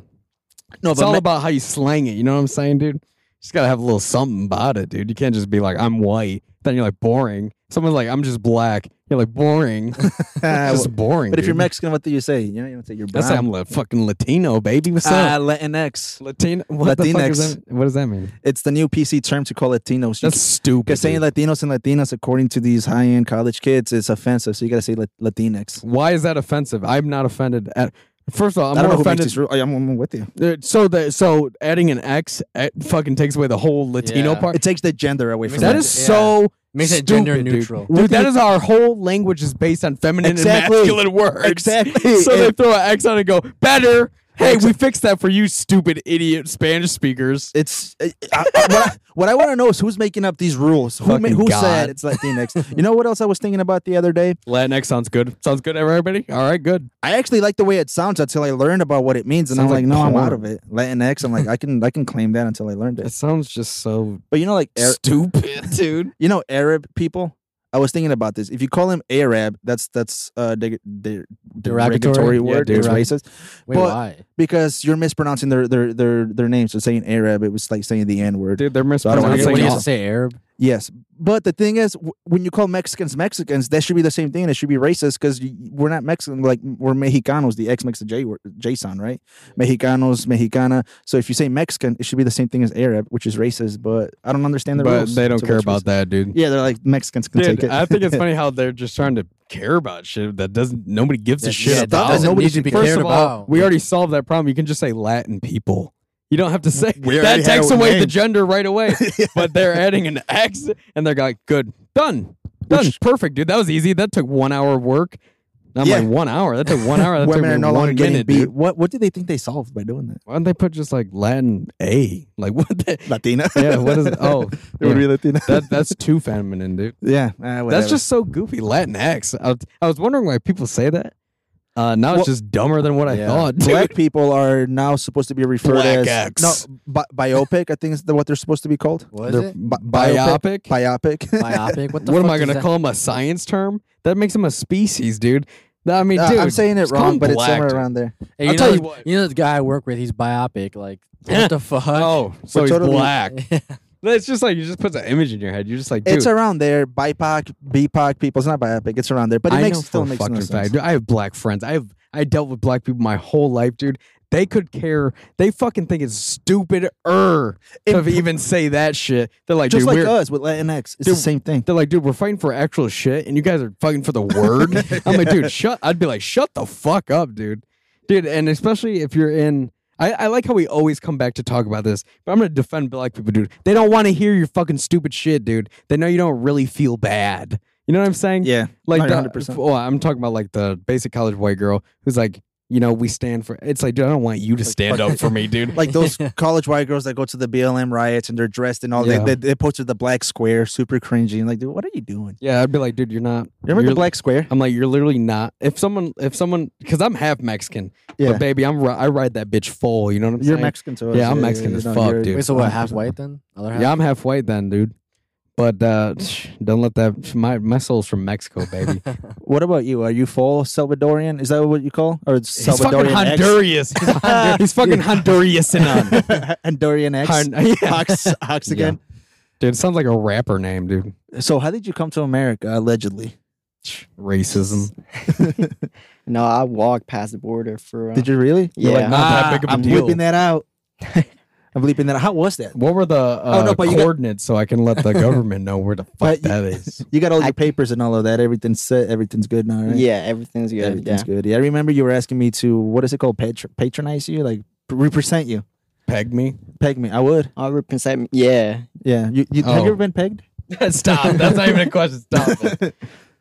Speaker 2: No,
Speaker 1: it's
Speaker 2: but
Speaker 1: all
Speaker 2: Ma-
Speaker 1: about how you slang it. You know what I'm saying, dude? You just gotta have a little something about it, dude. You can't just be like, "I'm white." Then you're like, "Boring." Someone's like, "I'm just black." You're like, "Boring." It's just boring.
Speaker 2: But if you're
Speaker 1: dude.
Speaker 2: Mexican, what do you say? You know, you don't say you're
Speaker 1: I
Speaker 2: brown.
Speaker 1: say I'm la- fucking Latino, baby. What's
Speaker 2: Ah,
Speaker 1: up?
Speaker 2: Latinx.
Speaker 1: Latino. What the fuck is
Speaker 2: Latinx.
Speaker 1: that? What does that mean?
Speaker 2: It's the new PC term to call Latinos.
Speaker 1: That's stupid.
Speaker 2: because saying
Speaker 1: dude.
Speaker 2: Latinos and Latinas, according to these high-end college kids, is offensive. So you got to say Lat- Latinx.
Speaker 1: Why is that offensive? I'm not offended at. First of all,
Speaker 2: I'm
Speaker 1: I'm
Speaker 2: I do
Speaker 1: more
Speaker 2: not know who makes
Speaker 1: offended.
Speaker 2: these rules. I- I'm, I'm with you.
Speaker 1: Uh, So the so adding an X eh, fucking takes away the whole Latino
Speaker 5: Yeah.
Speaker 1: part.
Speaker 2: It takes the gender away
Speaker 5: It
Speaker 2: from
Speaker 1: that
Speaker 2: it.
Speaker 1: is
Speaker 5: Yeah.
Speaker 1: so
Speaker 5: Makes it
Speaker 1: stupid,
Speaker 5: gender
Speaker 1: dude.
Speaker 5: neutral.
Speaker 1: Dude, that is our whole language is based on feminine
Speaker 2: Exactly.
Speaker 1: and masculine words.
Speaker 2: Exactly.
Speaker 1: So they
Speaker 2: It-
Speaker 1: throw an X on and go better. Hey, we fixed that for you, stupid idiot Spanish speakers.
Speaker 2: It's I, I, what I, what I want to know is who's making up these rules. Who ma-
Speaker 1: Fucking
Speaker 2: who
Speaker 1: God.
Speaker 2: said it's Latinx? you know what else I was thinking about the other day?
Speaker 1: Latinx sounds good. Sounds good, everybody. All right, good.
Speaker 2: I actually like the way it sounds until I learned about what it means, and
Speaker 1: Sounds
Speaker 2: I'm like,
Speaker 1: like
Speaker 2: no, I'm
Speaker 1: porn.
Speaker 2: out of it. Latinx. I'm like, I can I can claim that until I learned
Speaker 1: That
Speaker 2: it.
Speaker 1: sounds just so
Speaker 2: But you know, like Ar-
Speaker 1: stupid, dude.
Speaker 2: you know Arab people. I was thinking about this. If you call him Arab, that's that's uh, de- de-
Speaker 5: Derogatory?
Speaker 2: derogatory
Speaker 5: Yeah,
Speaker 2: word. it's
Speaker 5: derog-
Speaker 2: racist.
Speaker 5: Wait,
Speaker 2: But-
Speaker 5: why?
Speaker 2: because you're mispronouncing their their their their names. So saying Arab, it was like saying the N word.
Speaker 1: Dude, they're
Speaker 2: I don't
Speaker 5: What
Speaker 2: wanna
Speaker 5: do you-
Speaker 1: mispronouncing
Speaker 5: what do you
Speaker 1: all-
Speaker 5: have to say, Arab?
Speaker 2: Yes, but the thing is, w- when you call Mexicans Mexicans, that should be the same thing. It should be racist because we're not Mexican. Like we're Mexicanos. The X makes the J word, JSON, right? Mexicanos, Mexicana. So if you say Mexican, it should be the same thing as Arab, which is racist. But I don't understand the
Speaker 1: But
Speaker 2: rules.
Speaker 1: they don't
Speaker 2: So
Speaker 1: care
Speaker 2: what's
Speaker 1: about
Speaker 2: racist?
Speaker 1: that, dude.
Speaker 2: Yeah, they're like Mexicans can take
Speaker 1: Dude,
Speaker 2: it.
Speaker 1: I think it's funny how they're just trying to care about shit that doesn't nobody gives a shit
Speaker 5: yeah,
Speaker 1: about.
Speaker 5: that doesn't
Speaker 2: Nobody
Speaker 5: need to be
Speaker 1: First
Speaker 5: cared
Speaker 1: of all,
Speaker 5: about.
Speaker 1: we already solved that problem. You can just say Latin people. You don't have to say
Speaker 2: We already
Speaker 1: that
Speaker 2: had
Speaker 1: takes
Speaker 2: it
Speaker 1: away the
Speaker 2: named.
Speaker 1: gender right away. But they're adding an X, and they're like, "Good, done, done,
Speaker 2: Which-
Speaker 1: perfect, dude. That was easy. That took one hour of work. Not
Speaker 2: Yeah.
Speaker 1: like one hour. That took one hour. That
Speaker 2: Women
Speaker 1: took
Speaker 2: are
Speaker 1: me
Speaker 2: no
Speaker 1: one
Speaker 2: longer getting
Speaker 1: minute,
Speaker 2: beat.
Speaker 1: dude.
Speaker 2: What what do they think they solved by doing that?
Speaker 1: Why don't they put just like Latin A? Like what? The,
Speaker 2: Latina.
Speaker 1: yeah. What is? Oh,
Speaker 2: it would
Speaker 1: yeah.
Speaker 2: be Latina.
Speaker 1: that that's too feminine, dude.
Speaker 2: yeah, ah,
Speaker 1: That's
Speaker 2: whatever.
Speaker 1: just so goofy. Latinx. I, was- I was wondering why people say that. Uh, now
Speaker 2: Well-
Speaker 1: it's just dumber than what I
Speaker 5: Yeah.
Speaker 1: thought. Dude.
Speaker 2: black people are now supposed to be referred
Speaker 1: Black
Speaker 2: as
Speaker 1: X.
Speaker 2: no bi- biopic. I think is the, what they're supposed to be called.
Speaker 5: Was
Speaker 2: They're
Speaker 5: it?
Speaker 2: bi- biopic?
Speaker 1: Biopic.
Speaker 2: Biopic.
Speaker 5: Biopic? What the
Speaker 1: what am
Speaker 5: fuck
Speaker 1: I
Speaker 5: does
Speaker 1: gonna
Speaker 5: that-
Speaker 1: call him a science term? That makes him a species, dude. No, I mean,
Speaker 2: Nah,
Speaker 1: dude,
Speaker 2: Uh, I'm saying it
Speaker 1: just call him
Speaker 2: wrong, but it's
Speaker 1: black,
Speaker 2: somewhere
Speaker 1: dude.
Speaker 2: around there.
Speaker 5: Hey,
Speaker 1: I'll
Speaker 5: know
Speaker 1: tell you
Speaker 5: the-
Speaker 1: what.
Speaker 5: You know the guy I work with, he's biopic. Like,
Speaker 1: Yeah.
Speaker 5: what the fuck?
Speaker 1: Oh, so
Speaker 2: We're
Speaker 1: he's
Speaker 2: totally-
Speaker 1: black. It's just like you just put the image in your head. You're just like, dude,
Speaker 2: It's around there. BIPOC, BIPOC people. It's not biopic. It's around there, but it
Speaker 1: I
Speaker 2: makes
Speaker 1: know
Speaker 2: still
Speaker 1: for a
Speaker 2: makes no
Speaker 1: fucking
Speaker 2: sense.
Speaker 1: fact, dude, I have black friends. I have I dealt with black people my whole life, dude. They could care. They fucking think it's stupid er to
Speaker 2: Imp-
Speaker 1: even say that shit. They're like,
Speaker 2: Just
Speaker 1: dude,
Speaker 2: like
Speaker 1: we're,
Speaker 2: us with Latinx, it's the
Speaker 1: Dude,
Speaker 2: same thing.
Speaker 1: They're like, dude, we're fighting for actual shit, and you guys are fighting for the word. I'm like, dude, shut. I'd be like, shut the fuck up, dude, dude. And especially if you're in, I, I like how we always come back to talk about this, but I'm gonna defend black people, dude. They don't want to hear your fucking stupid shit, dude. They know you don't really feel bad. You know what I'm saying?
Speaker 2: Yeah,
Speaker 1: like the,
Speaker 2: 100%.
Speaker 1: well, I'm talking about like the basic college white girl who's like, you know, we stand for. It's like, dude, I don't want you to stand up for me, dude.
Speaker 2: like those college white girls that go to the BLM riots and they're dressed and all.
Speaker 1: Yeah.
Speaker 2: They, they they posted the black square, super cringy. And like, dude, what are you doing?
Speaker 1: yeah, I'd be like, dude, you're not.
Speaker 2: You remember
Speaker 1: you're-
Speaker 2: the black square?
Speaker 1: I'm like, you're literally not. If someone, if someone, because I'm half Mexican,
Speaker 2: Yeah.
Speaker 1: but baby, I'm ri- I ride that bitch full. You know what I'm
Speaker 2: You're
Speaker 1: saying?
Speaker 2: Mexican to us.
Speaker 1: Yeah, I'm Mexican as
Speaker 2: no,
Speaker 1: fuck,
Speaker 2: you're-
Speaker 1: dude.
Speaker 5: Wait, so what?
Speaker 2: 100%.
Speaker 5: Half white then? Other half?
Speaker 1: yeah, I'm half white then, dude. But uh, don't let that. My my soul's from Mexico, baby.
Speaker 2: What about you? Are you full Salvadorian? Is that what you call? Or
Speaker 1: He's fucking
Speaker 2: Salvadorian
Speaker 1: Honduras. He's Hondur- He's fucking Honduras and on.
Speaker 2: X? Honduran X.
Speaker 1: Hon- yeah.
Speaker 2: Hox, Hox
Speaker 1: Yeah.
Speaker 2: again.
Speaker 1: Dude, it sounds like a rapper name, dude.
Speaker 2: So how did you come to America allegedly?
Speaker 1: Racism.
Speaker 3: No, I walked past the border for. Uh,
Speaker 2: Did you really?
Speaker 3: Yeah.
Speaker 2: You're like,
Speaker 1: Not that big of a
Speaker 2: I'm
Speaker 1: deal."
Speaker 2: bleeping that out. I'm bleeping that out. How was that?
Speaker 1: What were the uh,
Speaker 2: no, but you got-
Speaker 1: coordinates so I can let the government know where the fuck
Speaker 2: But you-
Speaker 1: that is?
Speaker 2: You got all
Speaker 3: I-
Speaker 2: your papers and all of that. Everything's set. Everything's good now, right?
Speaker 3: Yeah, everything's good.
Speaker 2: Everything's
Speaker 3: yeah.
Speaker 2: good. Yeah, I remember you were asking me to what is it called? Patr- patronize you, like p- represent you,
Speaker 1: Peg me?
Speaker 2: peg me. I would.
Speaker 3: I represent. Yeah.
Speaker 2: Yeah. You, you have
Speaker 1: Oh.
Speaker 2: you ever been pegged?
Speaker 1: Stop. That's not even a question. Stop. it.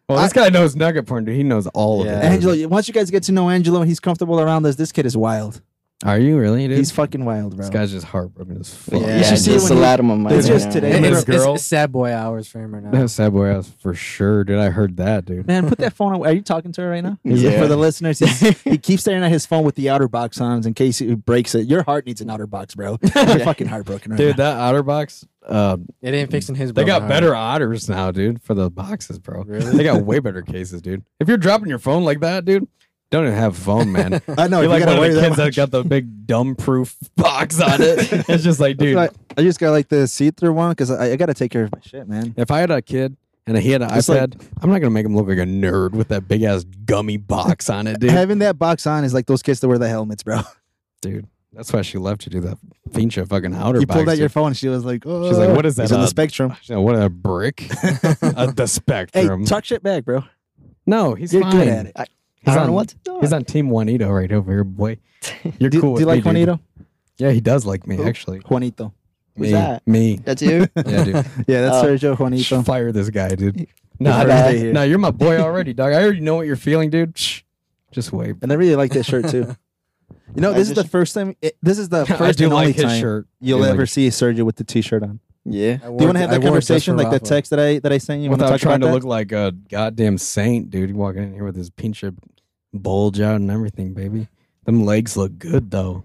Speaker 1: Well, this guy knows nugget porn, dude. He knows all
Speaker 5: Yeah.
Speaker 1: of it. dude.
Speaker 2: Angelo, once you guys get to know Angelo and he's comfortable around us, this kid is wild.
Speaker 1: Are you really, dude?
Speaker 2: He's fucking wild, bro.
Speaker 1: this guy's just heartbroken as fuck.
Speaker 3: Yeah,
Speaker 2: You should see
Speaker 3: just
Speaker 2: when
Speaker 3: a
Speaker 2: he-
Speaker 3: lot of them.
Speaker 2: It's just today.
Speaker 5: It's,
Speaker 1: Little
Speaker 5: it's,
Speaker 1: girl.
Speaker 5: it's sad boy hours for him right now.
Speaker 1: That sad boy ass for sure, dude. I heard that, dude.
Speaker 2: Man, put that phone away. Are you talking to her right now?
Speaker 3: He's like-
Speaker 2: For the listeners, he's, he keeps staring at his phone with the outer box on in case he breaks it. Your heart needs an outer box, bro. You're fucking heartbroken right
Speaker 1: Dude,
Speaker 2: now.
Speaker 1: that otter box, uh,
Speaker 5: It ain't fixing his.
Speaker 1: they
Speaker 5: broken
Speaker 1: got
Speaker 5: heart.
Speaker 1: better otters now, dude, for the boxes, bro.
Speaker 5: Really?
Speaker 1: They got way better cases, dude. If you're dropping your phone like that, dude, don't even have a phone, man.
Speaker 2: I
Speaker 1: you're
Speaker 2: know. Oh, You
Speaker 1: like
Speaker 2: gotta
Speaker 1: one
Speaker 2: worry
Speaker 1: of the
Speaker 2: that
Speaker 1: kids that
Speaker 2: much.
Speaker 1: got the big dumb proof box on it. It's just like, dude,
Speaker 2: Like, I just got like the see-through one because I, I gotta take care of my shit, man.
Speaker 1: if I had a kid and he had an
Speaker 2: It's like-
Speaker 1: iPad, I'm not gonna make him look like a nerd with that big ass gummy box on it, dude.
Speaker 2: Having that box on is like those kids that wear the helmets, bro.
Speaker 1: dude, that's why she left to do that Fincha fucking outer
Speaker 2: you
Speaker 1: box.
Speaker 2: pulled out your
Speaker 1: dude.
Speaker 2: phone. She was like, oh.
Speaker 1: She's like, "What is that,
Speaker 2: He's on
Speaker 1: uh,
Speaker 2: the spectrum.
Speaker 1: She's like, what a brick. uh, the
Speaker 2: Hey,
Speaker 1: spectrum.
Speaker 2: talk shit back, bro.
Speaker 1: no, he's
Speaker 2: You're
Speaker 1: fine.
Speaker 2: good at it.
Speaker 3: I- I don't
Speaker 1: on-
Speaker 3: know what to do.
Speaker 1: He's on Team Juanito right over here, boy. You're
Speaker 2: Do,
Speaker 1: cool.
Speaker 2: do
Speaker 1: with me,
Speaker 2: you like
Speaker 1: dude.
Speaker 2: Juanito?
Speaker 1: Yeah, he does like me,
Speaker 2: Who?
Speaker 1: actually.
Speaker 2: Juanito.
Speaker 3: Who's
Speaker 1: me,
Speaker 3: that?
Speaker 1: Me.
Speaker 3: That's you?
Speaker 1: Yeah, dude.
Speaker 2: Yeah, that's
Speaker 3: Oh.
Speaker 2: Sergio
Speaker 1: Sh-
Speaker 2: Juanito.
Speaker 1: Fire this guy, dude.
Speaker 2: My
Speaker 1: Nah,
Speaker 2: birthday
Speaker 1: dude.
Speaker 2: here.
Speaker 1: nah, you're my boy already, dog. I already know what you're feeling, dude. Shh. Just wait.
Speaker 2: And I really like this shirt too. You know,
Speaker 3: I
Speaker 2: this is the
Speaker 3: just-
Speaker 2: first time. It, this is the
Speaker 1: I
Speaker 2: first
Speaker 1: do
Speaker 2: and only
Speaker 1: like his
Speaker 2: time
Speaker 1: shirt. I
Speaker 2: you'll
Speaker 1: do like
Speaker 2: ever
Speaker 1: his-
Speaker 2: see Sergio with the T-shirt on.
Speaker 3: yeah.
Speaker 2: Do
Speaker 5: I
Speaker 2: you
Speaker 5: wore-
Speaker 2: want to have
Speaker 5: I
Speaker 2: that
Speaker 5: wore it just
Speaker 2: conversation,
Speaker 5: for
Speaker 2: like that
Speaker 5: Rafa.
Speaker 2: text that I that I sent you? wanna
Speaker 1: Without
Speaker 2: talk
Speaker 1: trying
Speaker 2: about
Speaker 1: to
Speaker 2: that?
Speaker 1: look like a goddamn saint, dude. He Walking in here with his pinch bulge out and everything, baby. Them legs look good though.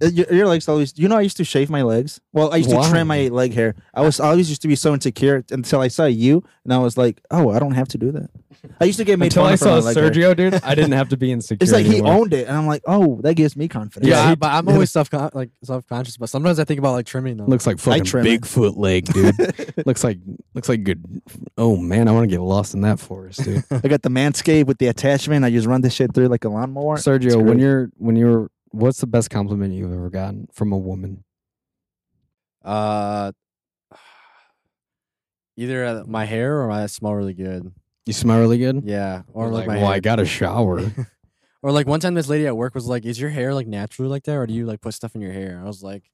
Speaker 2: Uh, Your, your legs always. You know, I used to shave my legs. Well, I used
Speaker 1: Why?
Speaker 2: to trim my leg hair. I was I always used to be so insecure until I saw you, and I was like, oh, I don't have to do that. I used to get made
Speaker 1: Until
Speaker 2: fun
Speaker 1: I
Speaker 2: of for my
Speaker 1: saw
Speaker 2: leg hair.
Speaker 1: Sergio, dude, I didn't have to be insecure.
Speaker 2: It's like he
Speaker 1: anymore.
Speaker 2: owned it, and I'm like, oh, that gives me confidence.
Speaker 1: Yeah,
Speaker 5: Yeah,
Speaker 1: he-
Speaker 5: but I'm always self like self conscious. But sometimes I think about like trimming them.
Speaker 1: looks like fucking
Speaker 2: trim it.
Speaker 1: Bigfoot leg, dude. looks like looks like good. Oh man, I want to get lost in that forest, dude.
Speaker 2: I got the manscape with the attachment. I just run this shit through like a lawnmower. It's
Speaker 1: Sergio, when
Speaker 2: great.
Speaker 1: you're when you're what's the best compliment you've ever gotten from a woman?
Speaker 5: uh, either uh, my hair or my I smell really good.
Speaker 1: You smell really good.
Speaker 5: Yeah, or
Speaker 1: Or
Speaker 5: like,
Speaker 1: Hmm. like,
Speaker 5: my
Speaker 1: well, I
Speaker 5: hair- Uh,
Speaker 1: got a shower.
Speaker 5: or like one time, this lady at work was like, "Is your hair like naturally like that, or do you like put stuff in your hair?" I was like,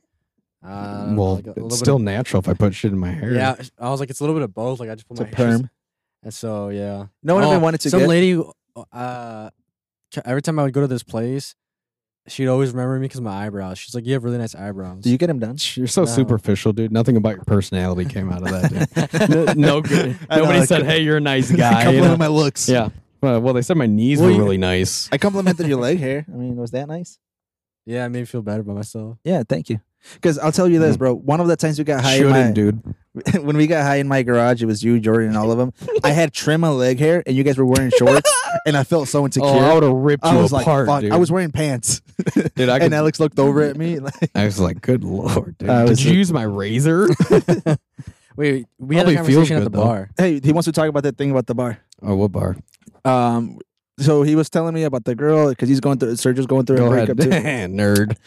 Speaker 5: uh, I don't know,
Speaker 1: well,
Speaker 5: like, a little bit
Speaker 1: it's
Speaker 5: of-
Speaker 1: still natural if I put shit in my hair.
Speaker 5: Yeah, sh- I was like, it's a little bit of both. Like I just
Speaker 2: it's
Speaker 5: put
Speaker 2: a
Speaker 5: my hair-
Speaker 1: Oh,
Speaker 2: perm.
Speaker 5: And so yeah.
Speaker 2: No one
Speaker 5: Oh,
Speaker 2: ever wanted to
Speaker 5: Some
Speaker 2: get.
Speaker 5: lady, uh, tr- every time I would go to this place, she'd always remember me because my eyebrows. She's like, "You have really nice eyebrows."
Speaker 2: do you get him done?
Speaker 1: You're so
Speaker 5: No.
Speaker 1: superficial, dude. Nothing about your personality came out of that. Dude. no, no good.
Speaker 2: I know,
Speaker 1: Nobody
Speaker 2: like,
Speaker 1: said, "Hey, you're a nice guy."
Speaker 2: I
Speaker 1: you
Speaker 2: compliment
Speaker 1: know?
Speaker 2: my looks.
Speaker 1: yeah. Well, well, they said my knees
Speaker 5: Well,
Speaker 1: were
Speaker 5: you-
Speaker 1: really nice.
Speaker 2: I complimented your leg hair. I mean, was that nice?
Speaker 5: yeah, it made me feel better about myself.
Speaker 2: Yeah, thank you. Because I'll tell you this, bro. One of the times we got high, in
Speaker 1: Mm. Shouldn't,
Speaker 2: my,
Speaker 1: dude.
Speaker 2: when we got high in my garage, it was you, Jordan, and all of them. I had trim my leg hair, and you guys were wearing shorts, and I felt so insecure.
Speaker 1: Oh, I would have ripped you
Speaker 2: I was
Speaker 1: apart,
Speaker 2: like, fuck.
Speaker 1: dude.
Speaker 2: I was wearing pants,
Speaker 1: dude. I, could,
Speaker 2: and Alex looked over at me. Like,
Speaker 1: I was like, "Good lord, dude!
Speaker 2: I
Speaker 1: Did
Speaker 2: was
Speaker 1: you
Speaker 2: a-
Speaker 1: use my razor?"
Speaker 5: Wait, we had a
Speaker 1: Probably feels
Speaker 5: conversation at the
Speaker 1: good, though.
Speaker 5: bar.
Speaker 2: hey, he wants to talk about that thing about the bar.
Speaker 1: oh, what bar?
Speaker 2: Um, so he was telling me about the girl because he's going through. Sergio's going through
Speaker 1: Go
Speaker 2: a
Speaker 1: ahead,
Speaker 2: breakup too.
Speaker 1: nerd.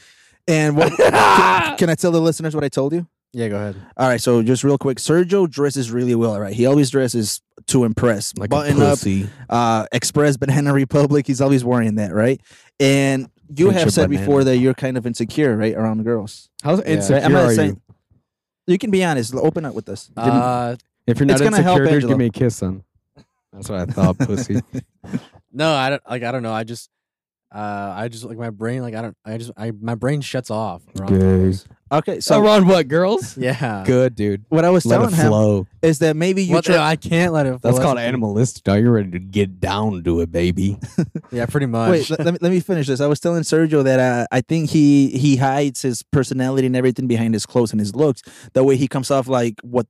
Speaker 2: And what, can, can I tell the listeners what I told you?
Speaker 5: Yeah, go ahead.
Speaker 2: All right, so just real quick, Sergio dresses really well. All right, he always dresses to impress,
Speaker 1: Like a
Speaker 2: button up,
Speaker 1: pussy.
Speaker 2: uh, Express Banana Republic. He's always wearing that, right? And you
Speaker 1: Pinch a
Speaker 2: have said
Speaker 1: banana.
Speaker 2: before that you're kind of insecure, right, around girls.
Speaker 1: How's insecure
Speaker 2: I'm
Speaker 1: are you?
Speaker 2: saying- You can be honest. Open up with us. Give me-
Speaker 5: Uh,
Speaker 1: If you're
Speaker 2: It's
Speaker 1: not
Speaker 2: gonna help
Speaker 1: insecure, dude,
Speaker 2: Angelo.
Speaker 1: give me a kiss, son. That's what I thought, pussy.
Speaker 5: no, I don't. Like I don't know. I just, uh, I just like my brain. Like I don't. I just. I my brain shuts off. around
Speaker 1: Gay.
Speaker 5: girls.
Speaker 2: okay,
Speaker 1: So
Speaker 2: so
Speaker 1: around what girls?
Speaker 5: Yeah.
Speaker 1: Good, dude.
Speaker 2: what I was
Speaker 1: Let it
Speaker 2: telling him
Speaker 1: flow.
Speaker 2: is that maybe you
Speaker 5: What the-
Speaker 2: try-
Speaker 5: I can't let it.
Speaker 1: That's
Speaker 5: flow.
Speaker 1: called animalistic. Now you're ready to get down to it, baby.
Speaker 5: Yeah, pretty much.
Speaker 2: Wait, let, let me, let me finish this. I was telling Sergio that uh, I think he he hides his personality and everything behind his clothes and his looks. That way he comes off like what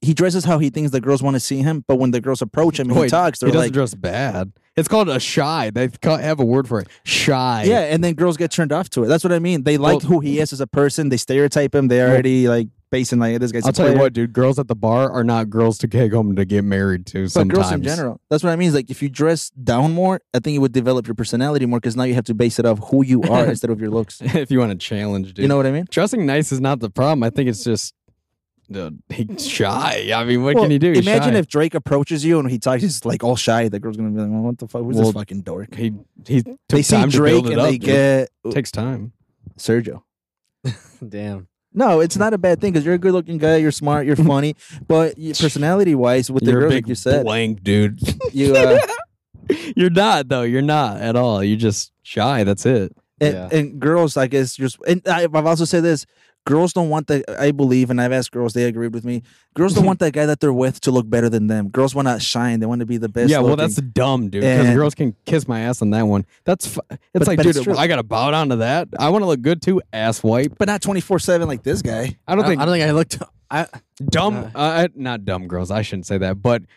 Speaker 2: he dresses how he thinks the girls want to see him, but when the girls approach him and he
Speaker 1: Wait,
Speaker 2: talks,
Speaker 1: He
Speaker 2: they're
Speaker 1: doesn't
Speaker 2: like,
Speaker 1: dress bad. It's called a shy. They ca- have a word for it. Shy.
Speaker 2: yeah, and then girls get turned off to it. That's what I mean. They like
Speaker 1: Well-
Speaker 2: who he is as a person. They stereotype him. They already like basing like this guy's.
Speaker 1: I'll
Speaker 2: a
Speaker 1: tell you
Speaker 2: player.
Speaker 1: what, dude. Girls at the bar are not girls to take home to get married to.
Speaker 2: But
Speaker 1: sometimes
Speaker 2: girls in general, that's what I mean. Is like if you dress down more, I think it would develop your personality more because now you have to base it off who you are instead of your looks.
Speaker 1: if you want to challenge, dude.
Speaker 2: You know what I mean?
Speaker 1: dressing nice is not the problem. I think it's just uh, he's shy. I mean, what
Speaker 2: Well,
Speaker 1: can you do? He's
Speaker 2: Imagine
Speaker 1: shy.
Speaker 2: if Drake approaches you and he talks, he's like all shy. The girl's gonna be like, well, "What the fuck? Who's
Speaker 1: Well,
Speaker 2: this fucking dork?"
Speaker 1: he he took
Speaker 2: They see
Speaker 1: time to
Speaker 2: Drake
Speaker 1: build it
Speaker 2: and
Speaker 1: up.
Speaker 2: they
Speaker 1: dude.
Speaker 2: get
Speaker 1: It takes time.
Speaker 2: Sergio.
Speaker 5: Damn.
Speaker 2: No, it's not a bad thing because you're a good-looking guy, you're smart, you're funny, but you- personality-wise, with the
Speaker 1: You're a
Speaker 2: girls,
Speaker 1: big
Speaker 2: like you said,
Speaker 1: blank, dude.
Speaker 2: you uh,
Speaker 1: You're not though. You're not at all. You're just shy. That's it.
Speaker 2: and,
Speaker 5: Yeah.
Speaker 2: and girls, I guess, just and I, I've also said this: girls don't want the. I believe, and I've asked girls, they agreed with me. Girls don't want that guy that they're with to look better than them. Girls want to shine; they want to be the best.
Speaker 1: yeah, well,
Speaker 2: looking.
Speaker 1: that's dumb, dude. Because
Speaker 2: And-
Speaker 1: girls can kiss my ass on that one. That's fu- it's
Speaker 2: But-
Speaker 1: like,
Speaker 2: but
Speaker 1: dude,
Speaker 2: it's true.
Speaker 1: I gotta bow down to that. I want to look good too. Ass wipe.
Speaker 2: but not twenty four seven like this guy.
Speaker 1: I don't think
Speaker 5: I don't think I looked. I
Speaker 1: dumb.
Speaker 5: uh,
Speaker 1: Uh, not dumb girls. I shouldn't say that, but.
Speaker 2: We-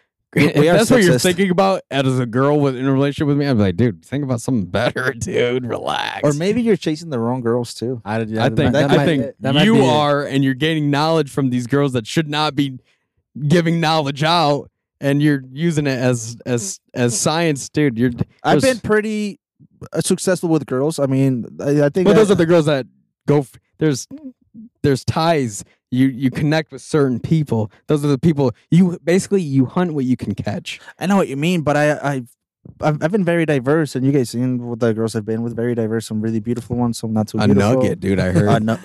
Speaker 1: If
Speaker 2: we are
Speaker 1: that's what you're
Speaker 2: sexist.
Speaker 1: thinking about as a girl with in a relationship with me, I'd be like, dude, think about something better, dude. Relax.
Speaker 2: Or maybe you're chasing the wrong girls too.
Speaker 5: I did. Yeah,
Speaker 1: I
Speaker 5: that
Speaker 1: think
Speaker 5: might- that
Speaker 1: I
Speaker 5: might-
Speaker 1: think
Speaker 5: that might be
Speaker 1: you
Speaker 5: it.
Speaker 1: are, and you're gaining knowledge from these girls that should not be giving knowledge out, and you're using it as as as science, dude. You're
Speaker 2: I've
Speaker 1: there's-
Speaker 2: been pretty uh, successful with girls. I mean, I, I think.
Speaker 1: but
Speaker 2: I-
Speaker 1: those are the girls that go. f- There's there's ties. You you connect with certain people. Those are the people you basically you hunt what you can catch.
Speaker 2: I know what you mean, but I I I've, I've been very diverse, and you guys seen what the girls I've been with. Very diverse, some really beautiful ones, some not too
Speaker 1: A
Speaker 2: beautiful.
Speaker 1: nugget, dude. I heard.
Speaker 2: A nu-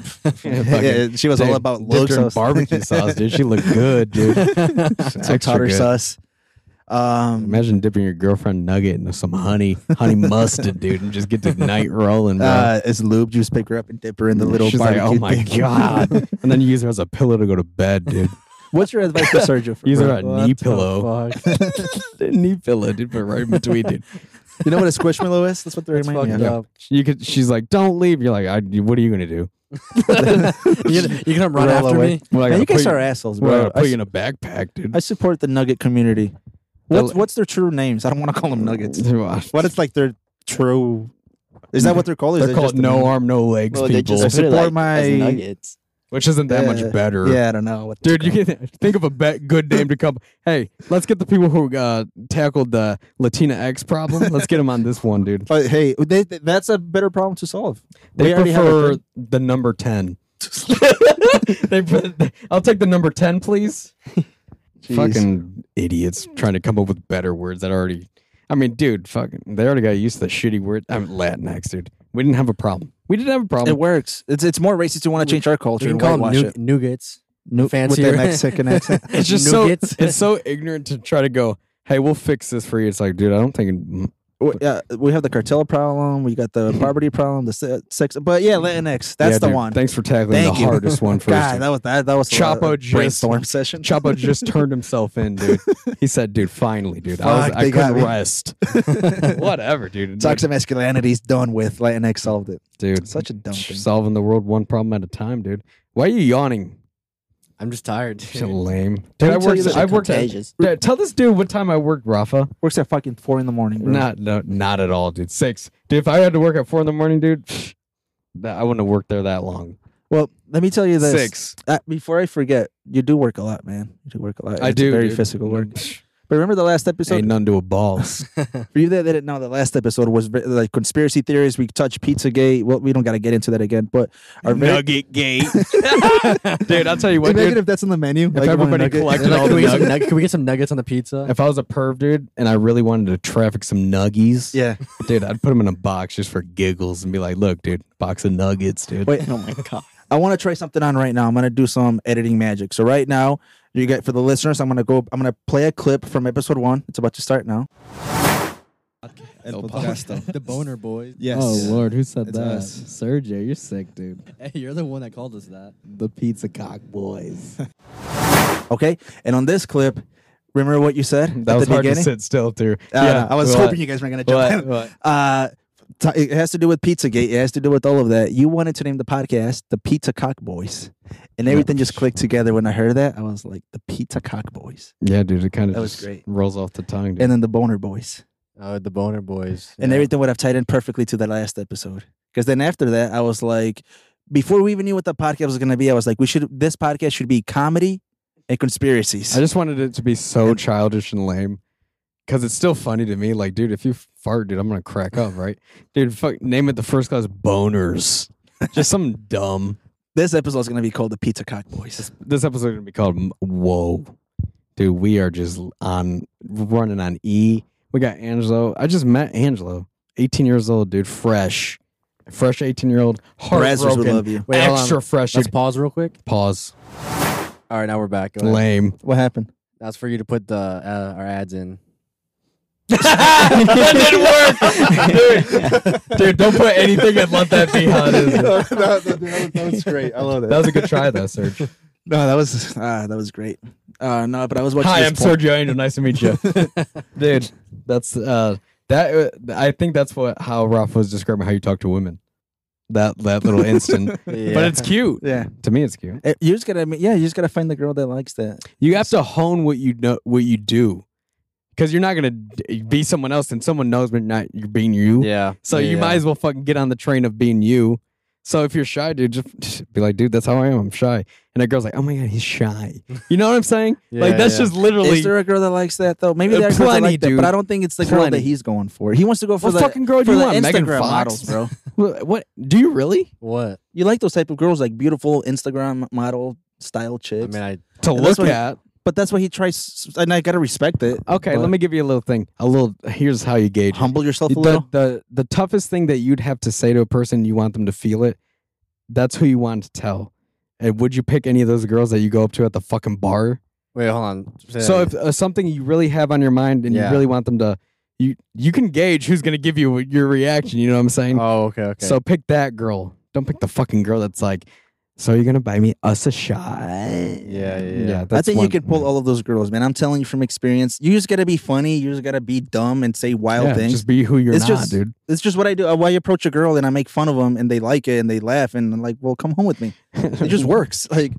Speaker 2: yeah, she was all
Speaker 1: Dude,
Speaker 2: about
Speaker 1: dipped
Speaker 2: looks.
Speaker 1: her in
Speaker 2: I was-
Speaker 1: barbecue sauce, dude. She looked good, dude.
Speaker 2: some
Speaker 1: Extra
Speaker 2: tartar
Speaker 1: good.
Speaker 2: sauce. Um,
Speaker 1: Imagine dipping your girlfriend nugget into some honey, honey mustard, dude, and just get the night rolling, bro.
Speaker 2: uh, it's lube. You just pick her up and dip her in the little
Speaker 1: She's like,
Speaker 2: barbecue.
Speaker 1: oh my
Speaker 2: thing."
Speaker 1: god! and then you use her as a pillow to go to bed, dude.
Speaker 2: What's your advice for Sergio? For
Speaker 1: Use her
Speaker 2: bro?
Speaker 1: a
Speaker 5: What
Speaker 1: knee
Speaker 5: the
Speaker 1: pillow,
Speaker 5: fuck?
Speaker 1: knee pillow, dude, but right in between, dude.
Speaker 2: you know what a squishmallow is? That's what they're
Speaker 5: That's
Speaker 2: reminding me
Speaker 5: fucked
Speaker 2: of.
Speaker 5: up.
Speaker 1: You could. She's like, don't leave. You're like, I, what are you gonna do?
Speaker 5: You gonna, you gonna run
Speaker 2: Roll
Speaker 5: after
Speaker 2: away.
Speaker 5: me?
Speaker 1: Well, I
Speaker 2: Man,
Speaker 1: gotta
Speaker 2: you
Speaker 1: put
Speaker 2: guys
Speaker 1: you-
Speaker 2: are assholes,
Speaker 1: well, I
Speaker 2: bro.
Speaker 1: gotta
Speaker 2: I,
Speaker 1: put
Speaker 2: su-
Speaker 1: you in a backpack, dude.
Speaker 2: I support the nugget community.
Speaker 1: The-
Speaker 2: What's what's their true names? I don't want to call them nuggets. What
Speaker 1: what
Speaker 2: is like their true? Is that what they're called? Is
Speaker 1: They're
Speaker 2: it
Speaker 1: called
Speaker 2: just a
Speaker 1: no
Speaker 2: name?
Speaker 1: arm, no legs
Speaker 3: Well, they
Speaker 1: people,
Speaker 3: just put it
Speaker 2: Support
Speaker 3: like as
Speaker 2: my-
Speaker 3: nuggets.
Speaker 1: which isn't that
Speaker 2: Yeah.
Speaker 1: much better.
Speaker 2: Yeah, I don't know. What they're
Speaker 1: Dude, you can think of a be- good name to come. Hey, let's get the people who uh, tackled the Latina X problem. Let's get them on this one, dude.
Speaker 2: But hey, they, they- that's a better problem to solve.
Speaker 1: They
Speaker 2: We already have a
Speaker 1: prefer
Speaker 2: thing.
Speaker 1: the number ten. they put, I'll take the number ten, please.
Speaker 2: Jeez.
Speaker 1: Fucking idiots trying to come up with better words that already. I mean, dude, fucking, they already got used to the shitty word. I'm Latinx, dude. We didn't have a problem. We didn't have a problem.
Speaker 2: It works. It's it's more racist to want to change our culture
Speaker 5: You can
Speaker 2: and
Speaker 5: call
Speaker 2: whitewash
Speaker 5: them
Speaker 2: it.
Speaker 5: nu- nougets.
Speaker 2: New
Speaker 5: fancier.
Speaker 2: with that Mexican accent.
Speaker 1: it's just
Speaker 5: Nuggets.
Speaker 1: so it's so ignorant to try to go. Hey, we'll fix this for you. It's like, dude, I don't think mm,
Speaker 2: W- yeah, we have the cartel problem. We got the poverty problem. The se- sex, but yeah, Latinx. That's
Speaker 1: Yeah,
Speaker 2: the
Speaker 1: dude,
Speaker 2: one.
Speaker 1: Thanks for tackling
Speaker 2: Thank
Speaker 1: the
Speaker 2: you.
Speaker 1: hardest one first.
Speaker 2: God, that was that. That was a lot of
Speaker 1: Chapo just-
Speaker 2: brainstorm session.
Speaker 1: Chapo just turned himself in, dude. He said, "Dude, finally, dude, I, was,
Speaker 2: Fuck,
Speaker 1: I
Speaker 2: they got
Speaker 1: couldn't
Speaker 2: me.
Speaker 1: rest. Whatever, dude.
Speaker 2: Toxic masculinity's done with. Latinx solved it.
Speaker 1: dude,
Speaker 2: Such a dumb thing.
Speaker 1: solving the world one problem at a time, dude. Why are you yawning?
Speaker 5: I'm just tired. dude.
Speaker 1: So lame, dude.
Speaker 2: Don't
Speaker 1: I
Speaker 2: tell you
Speaker 1: worked.
Speaker 2: that
Speaker 1: I
Speaker 3: They're
Speaker 1: worked. At,
Speaker 3: contagious.
Speaker 1: Yeah, tell this dude what time I worked, Rafa.
Speaker 2: Works at fucking four in the morning. Bro.
Speaker 1: Not, no, not at all, dude. Six, dude. If I had to work at four in the morning, dude, that, I wouldn't have worked there that long.
Speaker 2: Well, let me tell you this.
Speaker 1: Six,
Speaker 2: Uh, before I forget, you do work a lot, man. You do work a lot.
Speaker 1: I
Speaker 2: It's
Speaker 1: do.
Speaker 2: very
Speaker 1: dude. Mm-hmm.
Speaker 2: physical work.
Speaker 1: Psh,
Speaker 2: But remember the last episode?
Speaker 1: Ain't none to a balls.
Speaker 2: For you that didn't know, the last episode was ve- like conspiracy theories. We touched Pizzagate. Well, we don't got to get into that again, but our very-
Speaker 1: Nugget gate, dude. I'll tell you what,
Speaker 2: imagine
Speaker 1: dude.
Speaker 2: if that's on the menu. If
Speaker 1: everybody collected
Speaker 5: Like,
Speaker 1: all
Speaker 5: can,
Speaker 1: the
Speaker 5: we get some
Speaker 1: nuggets.
Speaker 5: nug- can we get some nuggets on the pizza?
Speaker 1: If I was a perv dude and I really wanted to traffic some nuggies,
Speaker 2: Yeah.
Speaker 1: dude, I'd put them in a box just for giggles and be like, "Look, dude, box of nuggets, dude."
Speaker 2: Wait.
Speaker 3: Oh my god.
Speaker 2: I want to try something on right now. I'm gonna do some editing magic. So right now, you get for the listeners, I'm gonna go. I'm gonna play a clip from episode one. It's about to start now.
Speaker 5: the boner boys.
Speaker 2: Yes.
Speaker 6: Oh Lord, who said
Speaker 2: It's
Speaker 6: that?
Speaker 2: us.
Speaker 6: Sergio, you're sick, dude.
Speaker 5: Hey, you're the one that called us that.
Speaker 6: The pizza cock boys.
Speaker 2: Okay. And on this clip, remember what you said
Speaker 1: that
Speaker 2: at
Speaker 1: was
Speaker 2: the
Speaker 1: hard
Speaker 2: beginning.
Speaker 1: to sit still through.
Speaker 2: Uh, I was
Speaker 1: what?
Speaker 2: hoping you guys weren't gonna
Speaker 1: What?
Speaker 2: jump. in.
Speaker 1: What?
Speaker 2: Uh, t- it has to do with Pizzagate. It has to do with all of that. You wanted to name the podcast the Pizza Cock Boys, and everything just clicked together when I heard that. I was like the Pizza Cock Boys,
Speaker 1: Yeah, dude, it kind of
Speaker 2: That was
Speaker 1: just
Speaker 2: great.
Speaker 1: rolls off the tongue, dude.
Speaker 2: and then the Boner Boys,
Speaker 5: Oh, the boner boys.
Speaker 2: and
Speaker 5: Yeah.
Speaker 2: everything would have tied in perfectly to the last episode. Because then after that, I was like, before we even knew what the podcast was gonna be, I was like, we should. This podcast should be comedy and conspiracies.
Speaker 1: I just wanted it to be so childish and lame because it's still funny to me. Like, dude, if you fart, dude, I'm gonna crack up, right? Dude, fuck, name it the first class boners. Just something dumb.
Speaker 2: this episode is gonna be called the Pizza Cock Boys.
Speaker 1: This episode is gonna be called M- "Whoa," dude. We are just on running on E. We got Angelo. I just met Angelo, 18 years old, dude, fresh, fresh 18 year old,
Speaker 2: Brazzers would
Speaker 1: heartbroken,
Speaker 2: love you.
Speaker 5: Wait, hold on.
Speaker 1: extra fresh.
Speaker 5: Let's
Speaker 1: dude.
Speaker 5: pause real quick.
Speaker 1: pause.
Speaker 5: All right, now we're back. Go ahead.
Speaker 1: Lame.
Speaker 2: What happened?
Speaker 5: That's for you to put the uh, our ads in.
Speaker 1: that didn't work, dude. Dude, don't put anything and let that be how it is. That
Speaker 2: was great. I love
Speaker 1: was a good try, though, Serge.
Speaker 2: No, that was ah, that was great. Uh, no, but I was watching.
Speaker 1: Hi,
Speaker 2: this
Speaker 1: I'm
Speaker 2: porn-
Speaker 1: Sergio Angel. Nice to meet you, dude. That's uh, that. Uh, I think that's what how Ralph was describing how you talk to women. That that little instant, but it's cute.
Speaker 2: Yeah,
Speaker 1: To me, it's cute.
Speaker 2: Uh, you just gotta, yeah, you just gotta find the girl that likes that.
Speaker 1: You have to hone what you know, what you do, because you're not gonna d- be someone else, and someone knows, but not you're being you.
Speaker 5: yeah.
Speaker 1: So
Speaker 5: yeah,
Speaker 1: you
Speaker 5: yeah.
Speaker 1: might as well fucking get on the train of being you. So if you're shy, dude, just- just be like, dude, that's how I am. I'm shy. And that girl's like, oh my god, he's shy. You know what I'm saying? like
Speaker 5: Yeah,
Speaker 1: that's
Speaker 5: yeah.
Speaker 1: just literally.
Speaker 2: Is there a girl that likes that though? Maybe
Speaker 1: Uh,
Speaker 2: there's girl that
Speaker 1: plenty,
Speaker 2: like that,
Speaker 1: dude.
Speaker 2: but I don't think it's the girl that
Speaker 1: Plenty.
Speaker 2: he's going for. He wants to go for
Speaker 1: What
Speaker 2: the
Speaker 1: fucking girl do
Speaker 2: for
Speaker 1: you
Speaker 2: the
Speaker 1: want? Megan
Speaker 2: Instagram
Speaker 1: Fox?
Speaker 2: models, bro.
Speaker 1: what, what do you really
Speaker 5: What?
Speaker 2: you like those type of girls, like beautiful Instagram model style
Speaker 5: I
Speaker 2: chicks.
Speaker 5: mean, I
Speaker 1: to
Speaker 2: That's
Speaker 1: look
Speaker 2: what-
Speaker 1: at?
Speaker 2: but that's what he tries, and I gotta respect it.
Speaker 1: Okay, let
Speaker 2: But
Speaker 1: me give you a little thing. A little. Here's how you gauge. it.
Speaker 2: humble yourself a
Speaker 1: the,
Speaker 2: little.
Speaker 1: the the toughest thing that you'd have to say to a person you want them to feel it that's who you want to tell and would you pick any of those girls that you go up to at the fucking bar
Speaker 5: Wait, hold on. Say that
Speaker 1: so
Speaker 5: again.
Speaker 1: if uh, something you really have on your mind and
Speaker 5: Yeah.
Speaker 1: you really want them to you you can gauge who's going to give you your reaction you know what i'm saying
Speaker 5: oh, okay, okay.
Speaker 1: so pick that girl don't pick the fucking girl that's like so you're going to buy me us a shot
Speaker 5: yeah, yeah, yeah.
Speaker 1: that's
Speaker 2: I think
Speaker 1: one-
Speaker 2: you could pull all of those girls, man. I'm telling you from experience. You just gotta be funny. You just gotta be dumb and say wild
Speaker 1: yeah,
Speaker 2: things.
Speaker 1: just be who you're
Speaker 2: It's
Speaker 1: not
Speaker 2: just-
Speaker 1: dude
Speaker 2: it's just what I do. Why I approach a girl and I make fun of them and they like it and they laugh and I'm like, well, come home with me. It just works. Like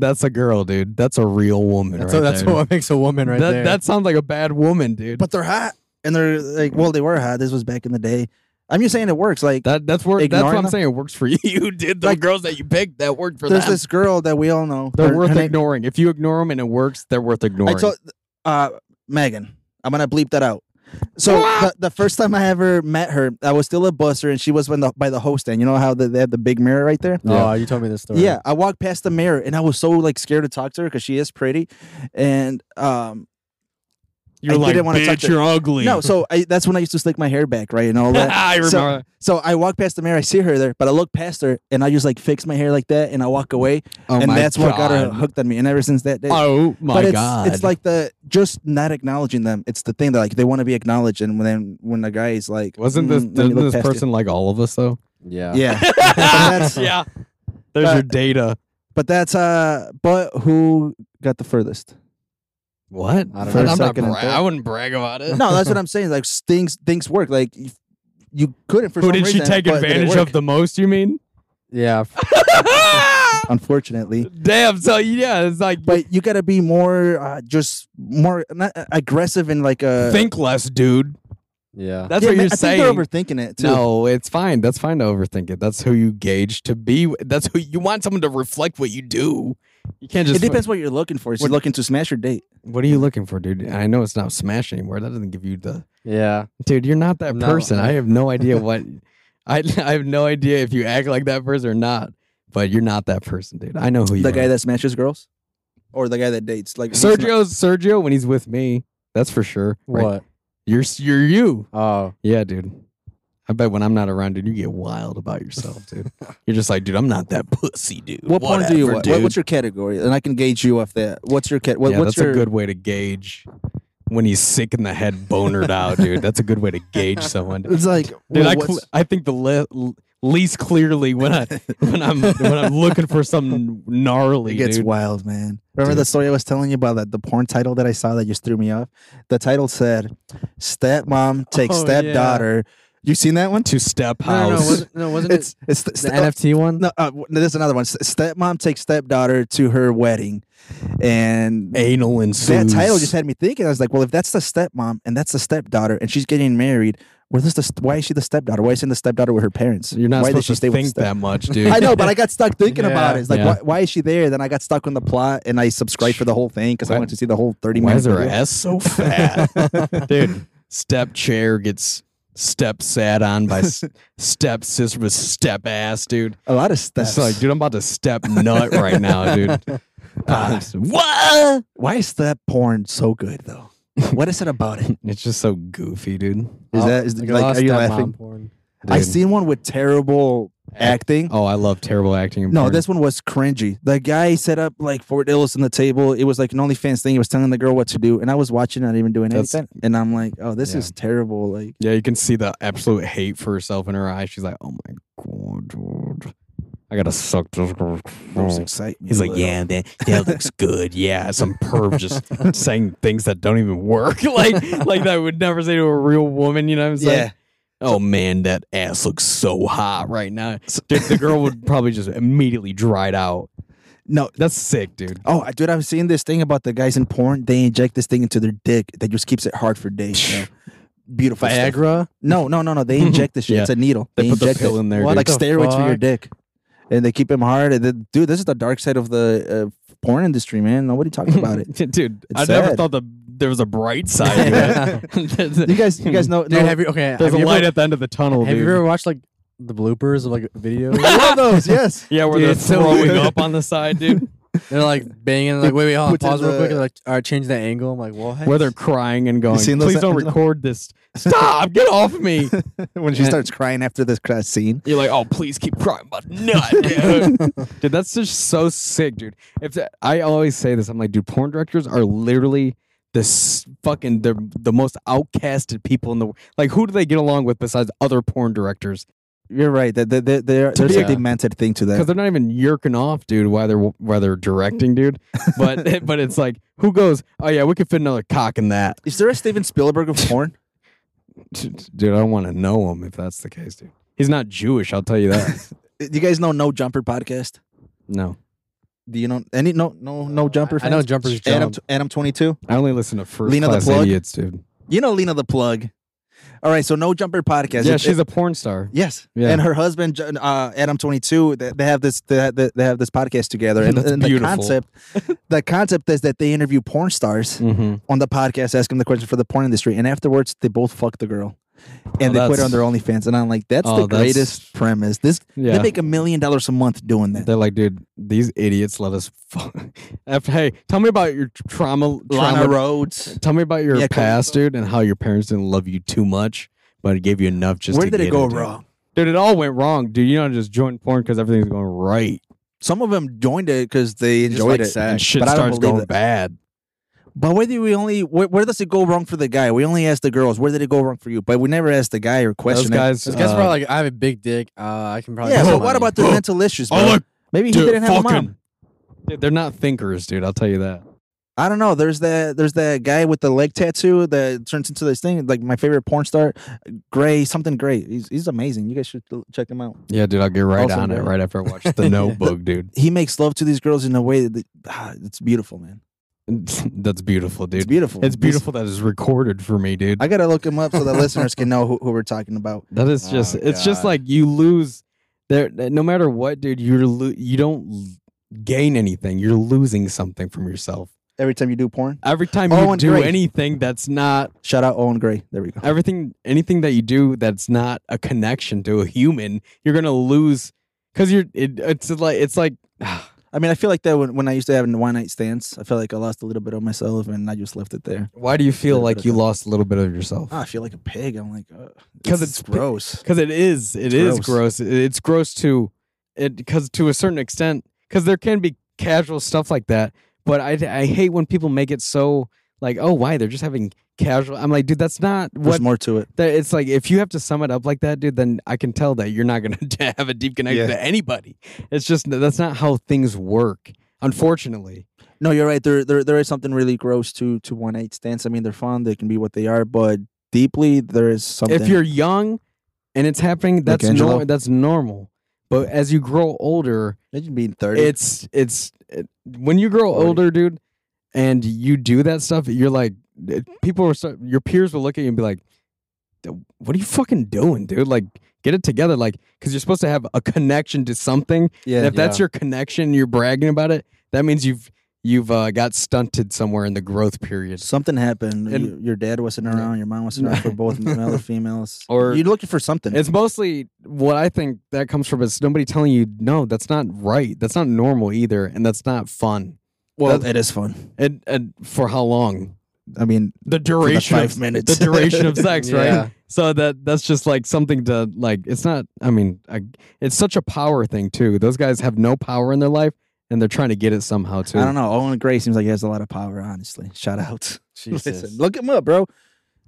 Speaker 1: that's a girl dude that's a real woman
Speaker 5: that's,
Speaker 1: right
Speaker 5: what, that's
Speaker 1: there.
Speaker 5: what makes a woman right
Speaker 1: that,
Speaker 5: there.
Speaker 1: that sounds like a bad woman dude
Speaker 2: but they're hot and they're like well they were hot this was back in the day i'm just saying it works like
Speaker 1: That that's where that's
Speaker 2: Ignoring
Speaker 1: what I'm
Speaker 2: them?
Speaker 1: saying. It works for you, dude. The
Speaker 2: Like-
Speaker 1: girls that you picked that worked for
Speaker 2: there's
Speaker 1: them.
Speaker 2: this girl that we all know
Speaker 1: they're
Speaker 2: Her-
Speaker 1: worth
Speaker 2: her name-
Speaker 1: ignoring. If you ignore them and it works, they're worth
Speaker 2: i
Speaker 1: ignoring.
Speaker 2: told uh megan i'm gonna bleep that out so the, the first time i ever met her i was still a buster and she was by the, by the host and you know how the, they have the big mirror right there Uh,
Speaker 5: oh, you told me this story.
Speaker 2: Yeah, I walked past the mirror and I was so like scared to talk to her because she is pretty, and um,
Speaker 1: you're
Speaker 2: I
Speaker 1: like,
Speaker 2: didn't wanna
Speaker 1: bitch,
Speaker 2: touch it."
Speaker 1: you're ugly.
Speaker 2: no, so I, that's when I used to slick my hair back, right, and all that.
Speaker 1: I remember.
Speaker 2: so- So I walk past the mirror, I see her there, but I look past her and I just like fix my hair like that and I walk away.
Speaker 1: oh
Speaker 2: and
Speaker 1: my
Speaker 2: that's what got her
Speaker 1: God.
Speaker 2: hooked on me. And ever since that day.
Speaker 1: Oh my
Speaker 2: but it's,
Speaker 1: god!
Speaker 2: it's like the just not acknowledging them. It's the thing that like they want to be acknowledged, and when when the guy is like,
Speaker 1: wasn't this
Speaker 2: "Mm, let me
Speaker 1: didn't
Speaker 2: look
Speaker 1: this
Speaker 2: past you."
Speaker 1: person like all of us though?
Speaker 5: yeah.
Speaker 2: Yeah, but that's
Speaker 1: yeah. There's
Speaker 2: But-
Speaker 1: your data.
Speaker 2: but that's uh, but who got the furthest?
Speaker 1: What?
Speaker 5: I don't
Speaker 1: But
Speaker 5: know.
Speaker 1: I'm not
Speaker 2: Second and
Speaker 1: bra-
Speaker 2: third.
Speaker 1: I wouldn't brag about it.
Speaker 2: No, that's what I'm saying. Like s- things things work. Like if you couldn't for
Speaker 1: Who
Speaker 2: some
Speaker 1: did she
Speaker 2: reason,
Speaker 1: take
Speaker 2: but it didn't
Speaker 1: advantage
Speaker 2: work,
Speaker 1: of the most? You mean?
Speaker 5: Yeah.
Speaker 2: Unfortunately,
Speaker 1: Damn. So yeah, it's like
Speaker 2: but you gotta be more uh, just more not uh, aggressive and like uh
Speaker 1: think less, dude.
Speaker 5: Yeah.
Speaker 1: That's
Speaker 2: Yeah,
Speaker 1: what
Speaker 2: man,
Speaker 1: you're
Speaker 2: I
Speaker 1: saying.
Speaker 2: think they're overthinking it too.
Speaker 1: No, it's fine. That's fine to overthink it. That's who you gauge to be. That's who you want someone to reflect what you do. You can't
Speaker 2: it
Speaker 1: just.
Speaker 2: depends what you're looking for. She's
Speaker 1: What-
Speaker 2: looking to smash your date.
Speaker 1: What are you looking for, dude? I know it's not Smash anymore. That doesn't give you the.
Speaker 5: Yeah.
Speaker 1: Dude, you're not that
Speaker 5: No,
Speaker 1: person.
Speaker 5: I-
Speaker 1: I have no idea what. I I have no idea if you act like that person or not. But you're not that person, dude. I know who you
Speaker 2: The
Speaker 1: are.
Speaker 2: guy that smashes girls, or the guy that dates like he's not-
Speaker 1: Sergio's Sergio when he's with me. That's for sure. right?
Speaker 5: What?
Speaker 1: You're s- you're you.
Speaker 5: Oh.
Speaker 1: Yeah, dude. I bet when I'm not around, dude, you get wild about yourself, dude. You're just like, dude, I'm not that pussy, dude.
Speaker 2: What porn do
Speaker 1: Whatever,
Speaker 2: you want? What,
Speaker 1: dude.
Speaker 2: what's your category? And I can gauge you off that. What's your cat? What,
Speaker 1: yeah, that's
Speaker 2: what's your
Speaker 1: a good way to gauge when he's sick in the head, bonered out, dude. That's a good way to gauge someone. Dude,
Speaker 2: It's like
Speaker 1: I,
Speaker 2: well,
Speaker 1: cl-
Speaker 2: what's-
Speaker 1: I think the le- l- least clearly when I when I'm when I'm looking for something gnarly,
Speaker 2: it gets
Speaker 1: dude.
Speaker 2: wild, man. Remember
Speaker 1: Dude.
Speaker 2: the story I was telling you about that the porn title that I saw that just threw me off. The title said, "Stepmom takes
Speaker 5: Oh, yeah.
Speaker 2: stepdaughter." You seen that one?
Speaker 1: to step
Speaker 5: No, no, no,
Speaker 1: house.
Speaker 5: wasn't, no, wasn't
Speaker 2: It's
Speaker 5: it
Speaker 2: it's the
Speaker 5: the NFT one?
Speaker 2: No, uh, w- there's another one. S- Stepmom takes stepdaughter to her wedding, and
Speaker 1: Anal and
Speaker 2: that title just had me thinking. I was like, well, if that's the stepmom and that's the stepdaughter, and she's getting married, where is the st- why is she the stepdaughter? Why isn't the stepdaughter with her parents?
Speaker 1: You're not
Speaker 2: why
Speaker 1: supposed to think
Speaker 2: the
Speaker 1: that much, dude.
Speaker 2: I know, but I got stuck thinking about it. It's like,
Speaker 1: Yeah.
Speaker 2: why, why is she there? Then I got stuck on the plot, and I subscribed for the whole thing because I
Speaker 1: Why-
Speaker 2: wanted to see the whole thirty
Speaker 1: Why
Speaker 2: minutes.
Speaker 1: is her ass so fat, dude? Step chair gets step sat on by s- step sister with step ass, dude.
Speaker 2: A lot of steps.
Speaker 1: It's like, dude, I'm about to step nut right now, dude. Uh, what?
Speaker 2: why is that porn so good though? what is it about it?
Speaker 1: It's just so goofy, dude.
Speaker 2: Is that is
Speaker 5: Like,
Speaker 2: like?
Speaker 5: lost
Speaker 2: Are you
Speaker 5: stepmom
Speaker 2: laughing?
Speaker 5: porn.
Speaker 2: I
Speaker 1: Dude.
Speaker 2: seen one with terrible acting.
Speaker 1: Oh, I love terrible acting. in
Speaker 2: No,
Speaker 1: porn.
Speaker 2: this one was cringy. The guy set up like Fort Dillis on the table. It was like an OnlyFans thing. He was telling the girl what to do, and I was watching, not even doing
Speaker 1: That's-
Speaker 2: anything. And I'm like, oh, this
Speaker 1: Yeah.
Speaker 2: is terrible. Like,
Speaker 1: Yeah, you can see the absolute hate for herself in her eyes. She's like, oh my god, dude. I gotta suck this. girl's
Speaker 2: there's
Speaker 1: cock."
Speaker 2: excitement.
Speaker 1: He's like, yeah, that, that looks good. Yeah, some perv just saying things that don't even work, like like that I would never say to a real woman. You know what I'm saying?
Speaker 2: yeah.
Speaker 1: Oh man, that ass looks so hot right now. Dude, the girl would probably just immediately dried out.
Speaker 2: No,
Speaker 1: That's sick, dude.
Speaker 2: Oh, I- dude, I've seen this thing about the guys in porn. They inject this thing into their dick that just keeps it hard for days. you know? Beautiful stuff.
Speaker 5: Viagra.
Speaker 2: No, no, no, no. They inject this shit.
Speaker 1: Yeah.
Speaker 2: It's a needle.
Speaker 1: They put the
Speaker 2: inject
Speaker 1: pill
Speaker 2: it.
Speaker 1: in there,
Speaker 5: What
Speaker 2: like
Speaker 5: dude. the
Speaker 2: steroids for your
Speaker 5: fuck?
Speaker 2: dick, and they keep him hard. And then- dude, this is the dark side of the uh, porn industry, man. Nobody talks about it.
Speaker 1: dude.
Speaker 2: It's
Speaker 1: I never
Speaker 2: sad.
Speaker 1: thought the there was a bright side. to it.
Speaker 2: You guys, you guys know.
Speaker 5: Hmm. Dude,
Speaker 2: know-
Speaker 5: have you okay?
Speaker 1: There's
Speaker 5: have
Speaker 1: a
Speaker 5: you
Speaker 1: light
Speaker 5: ever,
Speaker 1: at the end of the tunnel,
Speaker 5: Have
Speaker 1: dude.
Speaker 5: you ever watched like the bloopers of like videos?
Speaker 2: I love those. Yes.
Speaker 1: yeah, where
Speaker 5: Dude,
Speaker 1: they're
Speaker 5: it's so
Speaker 1: throwing
Speaker 5: weird.
Speaker 1: up on the side, dude.
Speaker 5: They're like banging, like, wait, wait, hold on,
Speaker 2: Put it in
Speaker 5: pause real
Speaker 2: the-
Speaker 5: quick. They're like, all right, change the angle. I'm like, what?
Speaker 1: Where they're crying and going,
Speaker 2: seen those
Speaker 1: please don't
Speaker 2: episodes?
Speaker 1: record this. Stop! Get off me!
Speaker 2: when she
Speaker 1: And-
Speaker 2: starts crying after this crash scene.
Speaker 1: You're like, oh, please keep crying about nut, dude. dude, that's just so sick, dude. If that, I always say this, I'm like, dude, porn directors are literally the s- fucking the the most outcasted people in the world. Like, who do they get along with besides other porn directors?
Speaker 2: You're right. That that- that- there-
Speaker 1: To
Speaker 2: there's
Speaker 1: be
Speaker 2: a
Speaker 1: a-
Speaker 2: demented thing to
Speaker 1: Because
Speaker 2: that.
Speaker 1: they're not even yerking off, dude. While they're while they're directing, dude. But but it's like, who goes? Oh yeah, we could fit another cock in that,
Speaker 2: Is there a Steven Spielberg of porn?
Speaker 1: dude. I don't want to know him if that's the case, dude. He's not Jewish, I'll tell you that.
Speaker 2: you guys know No Jumper podcast?
Speaker 1: no,
Speaker 2: Do you know any no no no jumper?
Speaker 5: I know
Speaker 2: fans?
Speaker 5: Jumper's
Speaker 2: Adam
Speaker 5: Jump.
Speaker 2: Adam twenty two.
Speaker 1: I only listen to first
Speaker 2: Lena the
Speaker 1: class
Speaker 2: Plug?
Speaker 1: idiots, dude.
Speaker 2: You know Lena the plug. All right, so no jumper podcast.
Speaker 1: yeah,
Speaker 2: It-
Speaker 1: she's
Speaker 2: it-
Speaker 1: a porn star.
Speaker 2: yes,
Speaker 1: Yeah.
Speaker 2: and her husband Ju- uh, Adam twenty two. They, they have this they have, they have this podcast together, and,
Speaker 1: That's
Speaker 2: and the
Speaker 1: beautiful.
Speaker 2: concept the concept is that they interview porn stars
Speaker 1: Mm-hmm.
Speaker 2: on the podcast, ask them the question for the porn industry, and afterwards they both fuck the girl. And
Speaker 1: Oh,
Speaker 2: they put
Speaker 1: that's-
Speaker 2: it on their OnlyFans, and I'm like, that's
Speaker 1: Oh,
Speaker 2: the
Speaker 1: that's-
Speaker 2: greatest premise. This
Speaker 1: Yeah.
Speaker 2: they make a million dollars a month doing that.
Speaker 1: They're like, dude, these idiots let us. Fuck. After, hey, tell me about your tr- trauma.
Speaker 2: Lana
Speaker 1: trauma
Speaker 2: Rhodes.
Speaker 1: Tell me about your
Speaker 2: Yeah,
Speaker 1: past, dude, and how your parents didn't love you too much, but it gave you enough just.
Speaker 2: Where
Speaker 1: to
Speaker 2: did it
Speaker 1: get
Speaker 2: go
Speaker 1: dude.
Speaker 2: wrong?
Speaker 1: dude? It all went wrong, dude. You don't just join porn because everything's going right
Speaker 2: Some of them joined it because they
Speaker 5: just
Speaker 2: enjoyed
Speaker 5: like
Speaker 2: it.
Speaker 5: sex.
Speaker 1: and shit
Speaker 2: but I don't
Speaker 1: starts
Speaker 2: believe
Speaker 1: going
Speaker 2: it.
Speaker 1: bad.
Speaker 2: But where did we only? Where, where does it go wrong for the guy? We only asked the girls. Where did it go wrong for you? But we never asked the guy or
Speaker 1: Those
Speaker 2: questioned. it.
Speaker 1: guys,
Speaker 5: This guy's
Speaker 1: uh,
Speaker 5: probably like, I have a big dick. Uh, I can probably.
Speaker 2: yeah.
Speaker 5: get
Speaker 2: So
Speaker 5: some
Speaker 2: what
Speaker 5: money."
Speaker 2: about the mental issues, bro? Maybe he
Speaker 1: Oh, dude,
Speaker 2: didn't have a mom.
Speaker 1: fucking- dude, they're not thinkers, dude. I'll tell you that.
Speaker 2: I don't know. There's that. There's that guy with the leg tattoo that turns into this thing. Like my favorite porn star, Gray something Gray. He's he's amazing. You guys should l- check him out.
Speaker 1: Yeah, dude, I'll get right
Speaker 2: Also
Speaker 1: on it
Speaker 2: great.
Speaker 1: right after I watch The Notebook, dude.
Speaker 2: He makes love to these girls in a way that ah, it's beautiful, man.
Speaker 1: That's beautiful, dude.
Speaker 2: It's beautiful.
Speaker 1: It's beautiful that it's recorded for me, dude.
Speaker 2: I gotta look him up so the listeners can know who, who we're talking about.
Speaker 1: That is just
Speaker 5: Oh,
Speaker 1: it's just
Speaker 5: God.
Speaker 1: like you lose there no matter what, dude, you're lo- you don't l- gain anything. You're losing something from yourself.
Speaker 2: Every time you do porn,
Speaker 1: Every time
Speaker 2: Oh,
Speaker 1: you
Speaker 2: and
Speaker 1: do
Speaker 2: great.
Speaker 1: anything that's not
Speaker 2: shout out Owen Gray. There we go.
Speaker 1: everything anything that you do that's not a connection to a human, you're going to lose cuz you're it, it's like it's like
Speaker 2: I mean, I feel like that when, when I used to have one night stands, I felt like I lost a little bit of myself and I just left it there.
Speaker 1: why do you feel
Speaker 2: Little bit
Speaker 1: like
Speaker 2: of
Speaker 1: you
Speaker 2: that.
Speaker 1: lost a little bit of yourself?
Speaker 2: Ah, I feel like a pig. I'm like, uh,
Speaker 1: 'Cause
Speaker 2: this
Speaker 1: it's
Speaker 2: is
Speaker 1: pi-
Speaker 2: gross.
Speaker 1: Because it is, it
Speaker 2: It's
Speaker 1: is
Speaker 2: gross.
Speaker 1: gross. It- It's gross to it because to a certain extent, because there can be casual stuff like that. But I I hate when people make it so like oh why they're just having casual. I'm like dude, that's not
Speaker 2: There's
Speaker 1: what.
Speaker 2: more to it.
Speaker 1: That it's like if you have to sum it up like that, dude, then I can tell that you're not gonna have a deep connection
Speaker 2: Yeah.
Speaker 1: to anybody. It's just that's not how things work, unfortunately.
Speaker 2: No, you're right. There, there, there is something really gross to to one night stands. I mean, they're fun. They can be what they are, but deeply, there is something.
Speaker 1: If you're young and it's happening, that's
Speaker 2: Angelo?
Speaker 1: no, that's normal. But as you grow older,
Speaker 2: imagine being thirty,
Speaker 1: it's it's it, when you grow
Speaker 2: Forty.
Speaker 1: older, dude, and you do that stuff, you're like it- people are start, your peers will look at you and be like, "D- "What are you fucking doing, dude? Like, get it together, like, because you're supposed to have a connection to something.
Speaker 2: yeah,
Speaker 1: and if that's your connection, you're bragging about it. That means you've you've uh, got stunted somewhere in the growth period.
Speaker 2: something happened.
Speaker 1: And-
Speaker 2: You- your dad wasn't around. Your mom wasn't around for both male or females.
Speaker 1: Or-
Speaker 2: you're looking for something.
Speaker 1: It's mostly what I think that comes from is nobody telling you, no, that's not right. That's not normal either, and that's not fun.
Speaker 2: well,
Speaker 1: that-
Speaker 2: it is fun.
Speaker 1: And and for how long?
Speaker 2: I mean,
Speaker 1: the duration
Speaker 2: five
Speaker 1: of
Speaker 2: minutes.
Speaker 1: the duration of sex,
Speaker 5: Yeah.
Speaker 1: right? So that that's just like something to like. It's not. I mean, I, it's such a power thing too. Those guys have no power in their life, and they're trying to get it somehow too.
Speaker 2: I don't know. Owen Gray seems like he has a lot of power. Honestly, shout out. Listen,
Speaker 5: Jesus.
Speaker 2: look him up, bro. You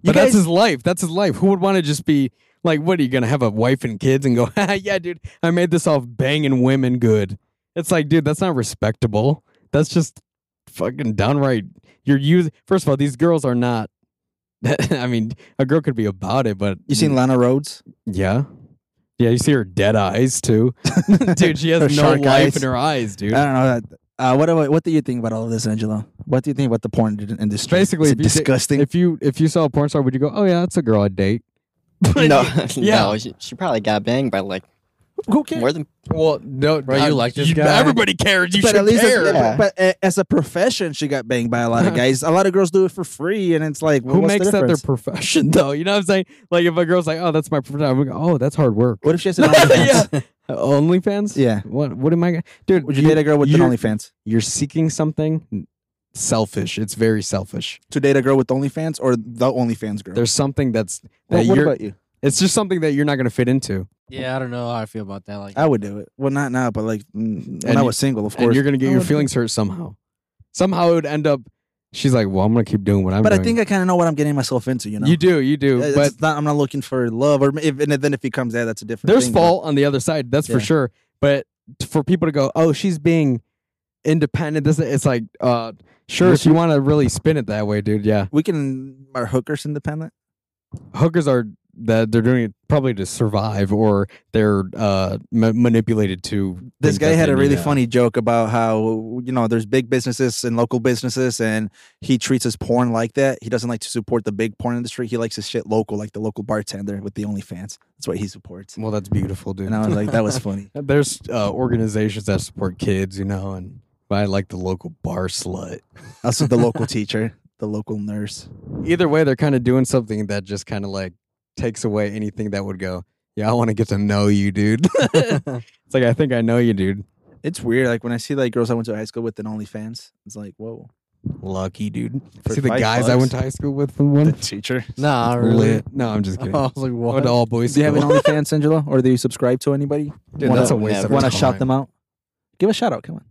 Speaker 1: But
Speaker 2: guys,
Speaker 1: that's his life. That's his life. Who would want to just be like, what are you gonna have a wife and kids and go? "Haha, yeah, dude, I made this off banging women good. It's like, dude, that's not respectable. That's just fucking downright. You're using. First of all, these girls are not. I mean, a girl could be about it, but
Speaker 2: you seen Lana Rhodes?
Speaker 1: Yeah. Yeah, you see her dead eyes too. dude, she
Speaker 2: Her
Speaker 1: has no
Speaker 2: shark
Speaker 1: life
Speaker 2: eyes.
Speaker 1: in her eyes, dude.
Speaker 2: I don't know. That, uh, what about, what do you think about all of this, Angelo? What do you think about the porn ind- industry?
Speaker 1: Basically,
Speaker 2: Is
Speaker 1: if
Speaker 2: it
Speaker 1: you say-
Speaker 2: disgusting.
Speaker 1: If you if you saw a porn star, would you go, Oh yeah, that's a girl I'd date?
Speaker 3: no,
Speaker 1: Yeah.
Speaker 3: no, she, she probably got banged by like
Speaker 2: who cares?
Speaker 3: More than
Speaker 1: Well, no,
Speaker 5: Bro, you like this guy?
Speaker 1: Everybody cares. You
Speaker 2: but
Speaker 1: should
Speaker 2: at least,
Speaker 1: care.
Speaker 2: as,
Speaker 3: Yeah.
Speaker 2: but a- as a profession, she got banged by a lot of guys. A lot of girls do it for free, and it's like, well,
Speaker 1: Who
Speaker 2: what's the
Speaker 1: makes that their
Speaker 2: difference?
Speaker 1: profession, though? You know what I'm saying? Like, if a girl's like, "Oh, that's my profession," I'm like, "Oh, that's hard work."
Speaker 2: What if she has an OnlyFans?
Speaker 1: yeah. OnlyFans?
Speaker 2: Yeah.
Speaker 1: What? What am I, gonna- dude?
Speaker 2: Would you date a girl with an
Speaker 1: you're-
Speaker 2: OnlyFans?
Speaker 1: You're seeking something selfish. It's very selfish.
Speaker 2: To date a girl with OnlyFans or the OnlyFans girl?
Speaker 1: There's something that's
Speaker 2: Well,
Speaker 1: that
Speaker 2: what
Speaker 1: you're.
Speaker 2: about you?
Speaker 1: it's just something that you're not going to fit into,
Speaker 5: Yeah, I don't know how I feel about that. Like,
Speaker 2: I would do it. Well, not now, but like mm, when
Speaker 1: And
Speaker 2: I
Speaker 1: you-
Speaker 2: was single, of
Speaker 1: and
Speaker 2: course.
Speaker 1: you're going to get
Speaker 2: I
Speaker 1: your
Speaker 2: would-
Speaker 1: feelings hurt somehow. Somehow it would end up. She's like, "Well, I'm going to keep doing what I'm
Speaker 2: But I
Speaker 1: doing."
Speaker 2: think I kind of know what I'm getting myself into. You know,
Speaker 1: you do, you do,
Speaker 2: It's
Speaker 1: but
Speaker 2: not, I'm not looking for love, or if, and then if he comes there, that's a different.
Speaker 1: there's
Speaker 2: thing, but-
Speaker 1: fault on the other side that's
Speaker 2: Yeah.
Speaker 1: for sure but t- for people to go oh she's being independent this it's like uh sure if you want to really spin it that way dude yeah
Speaker 2: We can are hookers independent.
Speaker 1: hookers are that they're doing it probably to survive or they're uh ma- manipulated to
Speaker 2: This
Speaker 1: think
Speaker 2: guy
Speaker 1: that
Speaker 2: had
Speaker 1: they
Speaker 2: a really
Speaker 1: need that.
Speaker 2: funny joke about how you know there's big businesses and local businesses, and he treats his porn like that. He doesn't like to support the big porn industry. He likes his shit local, like the local bartender with the OnlyFans. That's what he supports.
Speaker 1: well that's beautiful dude
Speaker 2: And I was like, that was funny.
Speaker 1: there's uh organizations that support kids you know and I like the local bar slut.
Speaker 2: Also, the local teacher, the local nurse.
Speaker 1: Either way, they're kind of doing something that just kind of like takes away anything that would go, Yeah, I want to get to know you, dude. It's like I think I know you, dude.
Speaker 2: It's weird. Like when I see like girls I went to high school with and OnlyFans, it's like, whoa.
Speaker 1: Lucky dude.
Speaker 2: For
Speaker 1: See the
Speaker 2: five
Speaker 1: guys I
Speaker 2: bucks?
Speaker 1: went to high school with from one
Speaker 2: teacher.
Speaker 5: nah, oh, really.
Speaker 1: lit. No, I'm just
Speaker 5: I
Speaker 1: kidding.
Speaker 5: was like,
Speaker 1: I went
Speaker 5: what?
Speaker 1: to all boys.
Speaker 2: Do you have an
Speaker 1: school.
Speaker 2: OnlyFans, Angela, or do you subscribe to anybody?
Speaker 1: Dude,
Speaker 3: Wanna-
Speaker 1: that's a waste of
Speaker 3: Never.
Speaker 2: Want to
Speaker 1: time.
Speaker 2: shout them out? Give a shout out. Come on.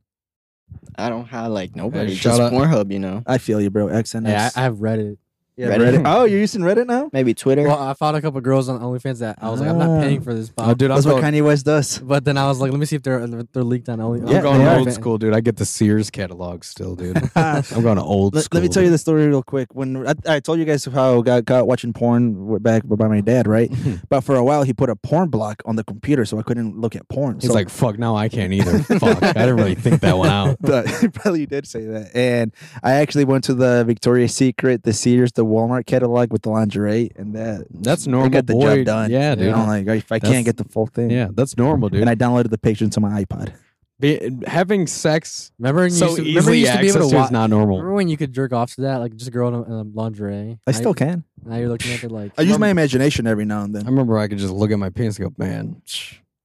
Speaker 3: I don't have like nobody.
Speaker 1: shout
Speaker 3: just
Speaker 1: out-
Speaker 3: Pornhub, you know.
Speaker 2: I feel you, bro. XNX.
Speaker 5: Yeah, I, I have Reddit.
Speaker 2: yeah,
Speaker 3: Reddit.
Speaker 2: Reddit. Oh, you're using Reddit now?
Speaker 3: Maybe Twitter.
Speaker 5: Well, I found a couple girls on OnlyFans that I was like, I'm not
Speaker 2: Ah.
Speaker 5: paying for this.
Speaker 1: Oh,
Speaker 5: Bob.
Speaker 1: dude, I'm
Speaker 2: That's what
Speaker 1: going,
Speaker 2: Kanye West does.
Speaker 5: But then I was like, let me see if they're they're leaked on Only.
Speaker 1: I'm
Speaker 2: Yeah,
Speaker 1: going
Speaker 2: they are.
Speaker 1: old school, dude. I get the Sears catalog still, dude. I'm going to old
Speaker 2: Ah, Let,
Speaker 1: school.
Speaker 2: let me tell you
Speaker 1: dude.
Speaker 2: the story real quick. When I, I told you guys how I got caught watching porn w- back by my dad, right? but for a while, he put a porn block on the computer, so I couldn't look at porn.
Speaker 1: He's
Speaker 2: so
Speaker 1: like, fuck, now I can't either. fuck. I didn't really think that one out.
Speaker 2: but he probably did say that. And I actually went to the Victoria's Secret, the Sears, the Walmart catalog with the lingerie, and that
Speaker 1: That's
Speaker 2: I
Speaker 1: normal.
Speaker 2: got the
Speaker 1: boy.
Speaker 2: job done.
Speaker 1: Yeah, dude.
Speaker 2: And I'm like, if I
Speaker 1: That's-
Speaker 2: can't get the full thing,
Speaker 1: Yeah, that's normal, dude.
Speaker 2: And I downloaded the picture into my iPod.
Speaker 1: Be- having sex
Speaker 5: Remember, when you
Speaker 1: so
Speaker 5: used to, remember
Speaker 1: easily
Speaker 5: you used to be
Speaker 1: access
Speaker 5: able to
Speaker 1: to
Speaker 5: watch.
Speaker 1: is not normal.
Speaker 5: Remember when you could jerk off to that, like just a girl in, a, in a lingerie?
Speaker 2: I still can. Um,
Speaker 5: Now, now you're looking at it like
Speaker 2: I use my imagination every now and
Speaker 1: I
Speaker 2: then.
Speaker 1: remember I could just look at my penis and go, man,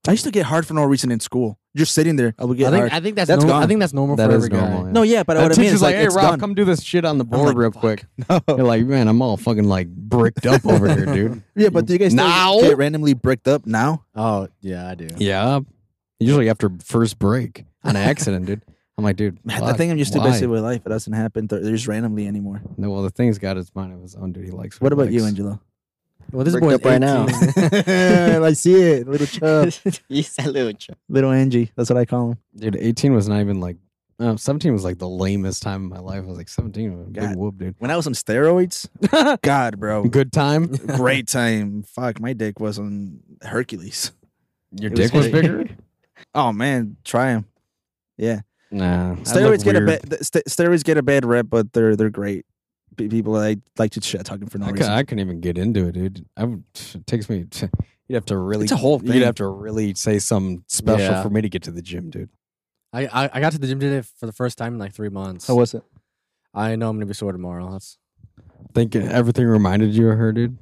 Speaker 2: I used to get hard for no reason in school. Just sitting there, I would get
Speaker 5: I think
Speaker 2: hard.
Speaker 5: I think that's,
Speaker 2: That's
Speaker 5: normal. I
Speaker 2: gone.
Speaker 5: think that's normal
Speaker 1: that
Speaker 5: for
Speaker 1: is
Speaker 5: every guy.
Speaker 1: normal. yeah.
Speaker 2: no, yeah, but
Speaker 1: That
Speaker 2: what I mean
Speaker 1: teacher's
Speaker 2: is like,
Speaker 1: like, hey,
Speaker 2: it's
Speaker 1: Rob,
Speaker 2: done.
Speaker 1: come do this shit on the board
Speaker 2: like,
Speaker 1: real quick. You're like, man, I'm all fucking like bricked up over here, dude.
Speaker 2: yeah, but do you guys still
Speaker 1: Now?
Speaker 2: get randomly bricked up now?
Speaker 5: Oh yeah, I do.
Speaker 1: Yeah. Usually after first break on accident, dude. I'm like, dude,
Speaker 2: Man, I
Speaker 1: fuck,
Speaker 2: think I'm just too
Speaker 1: why?
Speaker 2: busy with life. It doesn't happen th- just randomly anymore.
Speaker 1: No, well, the thing's got his mind of his own, dude. He likes.
Speaker 2: What about you,
Speaker 1: likes.
Speaker 2: Angelo?
Speaker 5: Well, this
Speaker 3: Bricked
Speaker 5: boy's
Speaker 3: up right now.
Speaker 5: 18.
Speaker 2: I see it, little chub,
Speaker 3: He's that little chump.
Speaker 2: little Angie. That's what I call him.
Speaker 1: Dude, 18 was not even like. Uh, 17 was like the lamest time of my life. I was like 17, was a big
Speaker 2: God.
Speaker 1: whoop, dude.
Speaker 2: When I was on steroids, God, bro,
Speaker 1: Good time.
Speaker 2: great time. Fuck, my dick was on Hercules.
Speaker 1: Your
Speaker 2: It was
Speaker 1: dick was
Speaker 2: great.
Speaker 1: bigger.
Speaker 2: Oh man, try him. Yeah,
Speaker 1: Nah, I look
Speaker 2: steroids get a
Speaker 1: weird.
Speaker 2: bad th- st- steroids get a bad rep, but they're they're great. P- people like like to shit talking for no
Speaker 1: I, cou-
Speaker 2: reason.
Speaker 1: I couldn't even get into it, dude. I would, it takes me. You'd have to really.
Speaker 2: It's a whole
Speaker 1: You'd
Speaker 2: thing.
Speaker 1: have to really say something special
Speaker 5: Yeah.
Speaker 1: for me to get to the gym, dude.
Speaker 5: I, I I got to the gym today for the first time in like three months.
Speaker 2: was it?
Speaker 5: I know I'm gonna be sore tomorrow. That's
Speaker 1: Think everything reminded you of her, dude.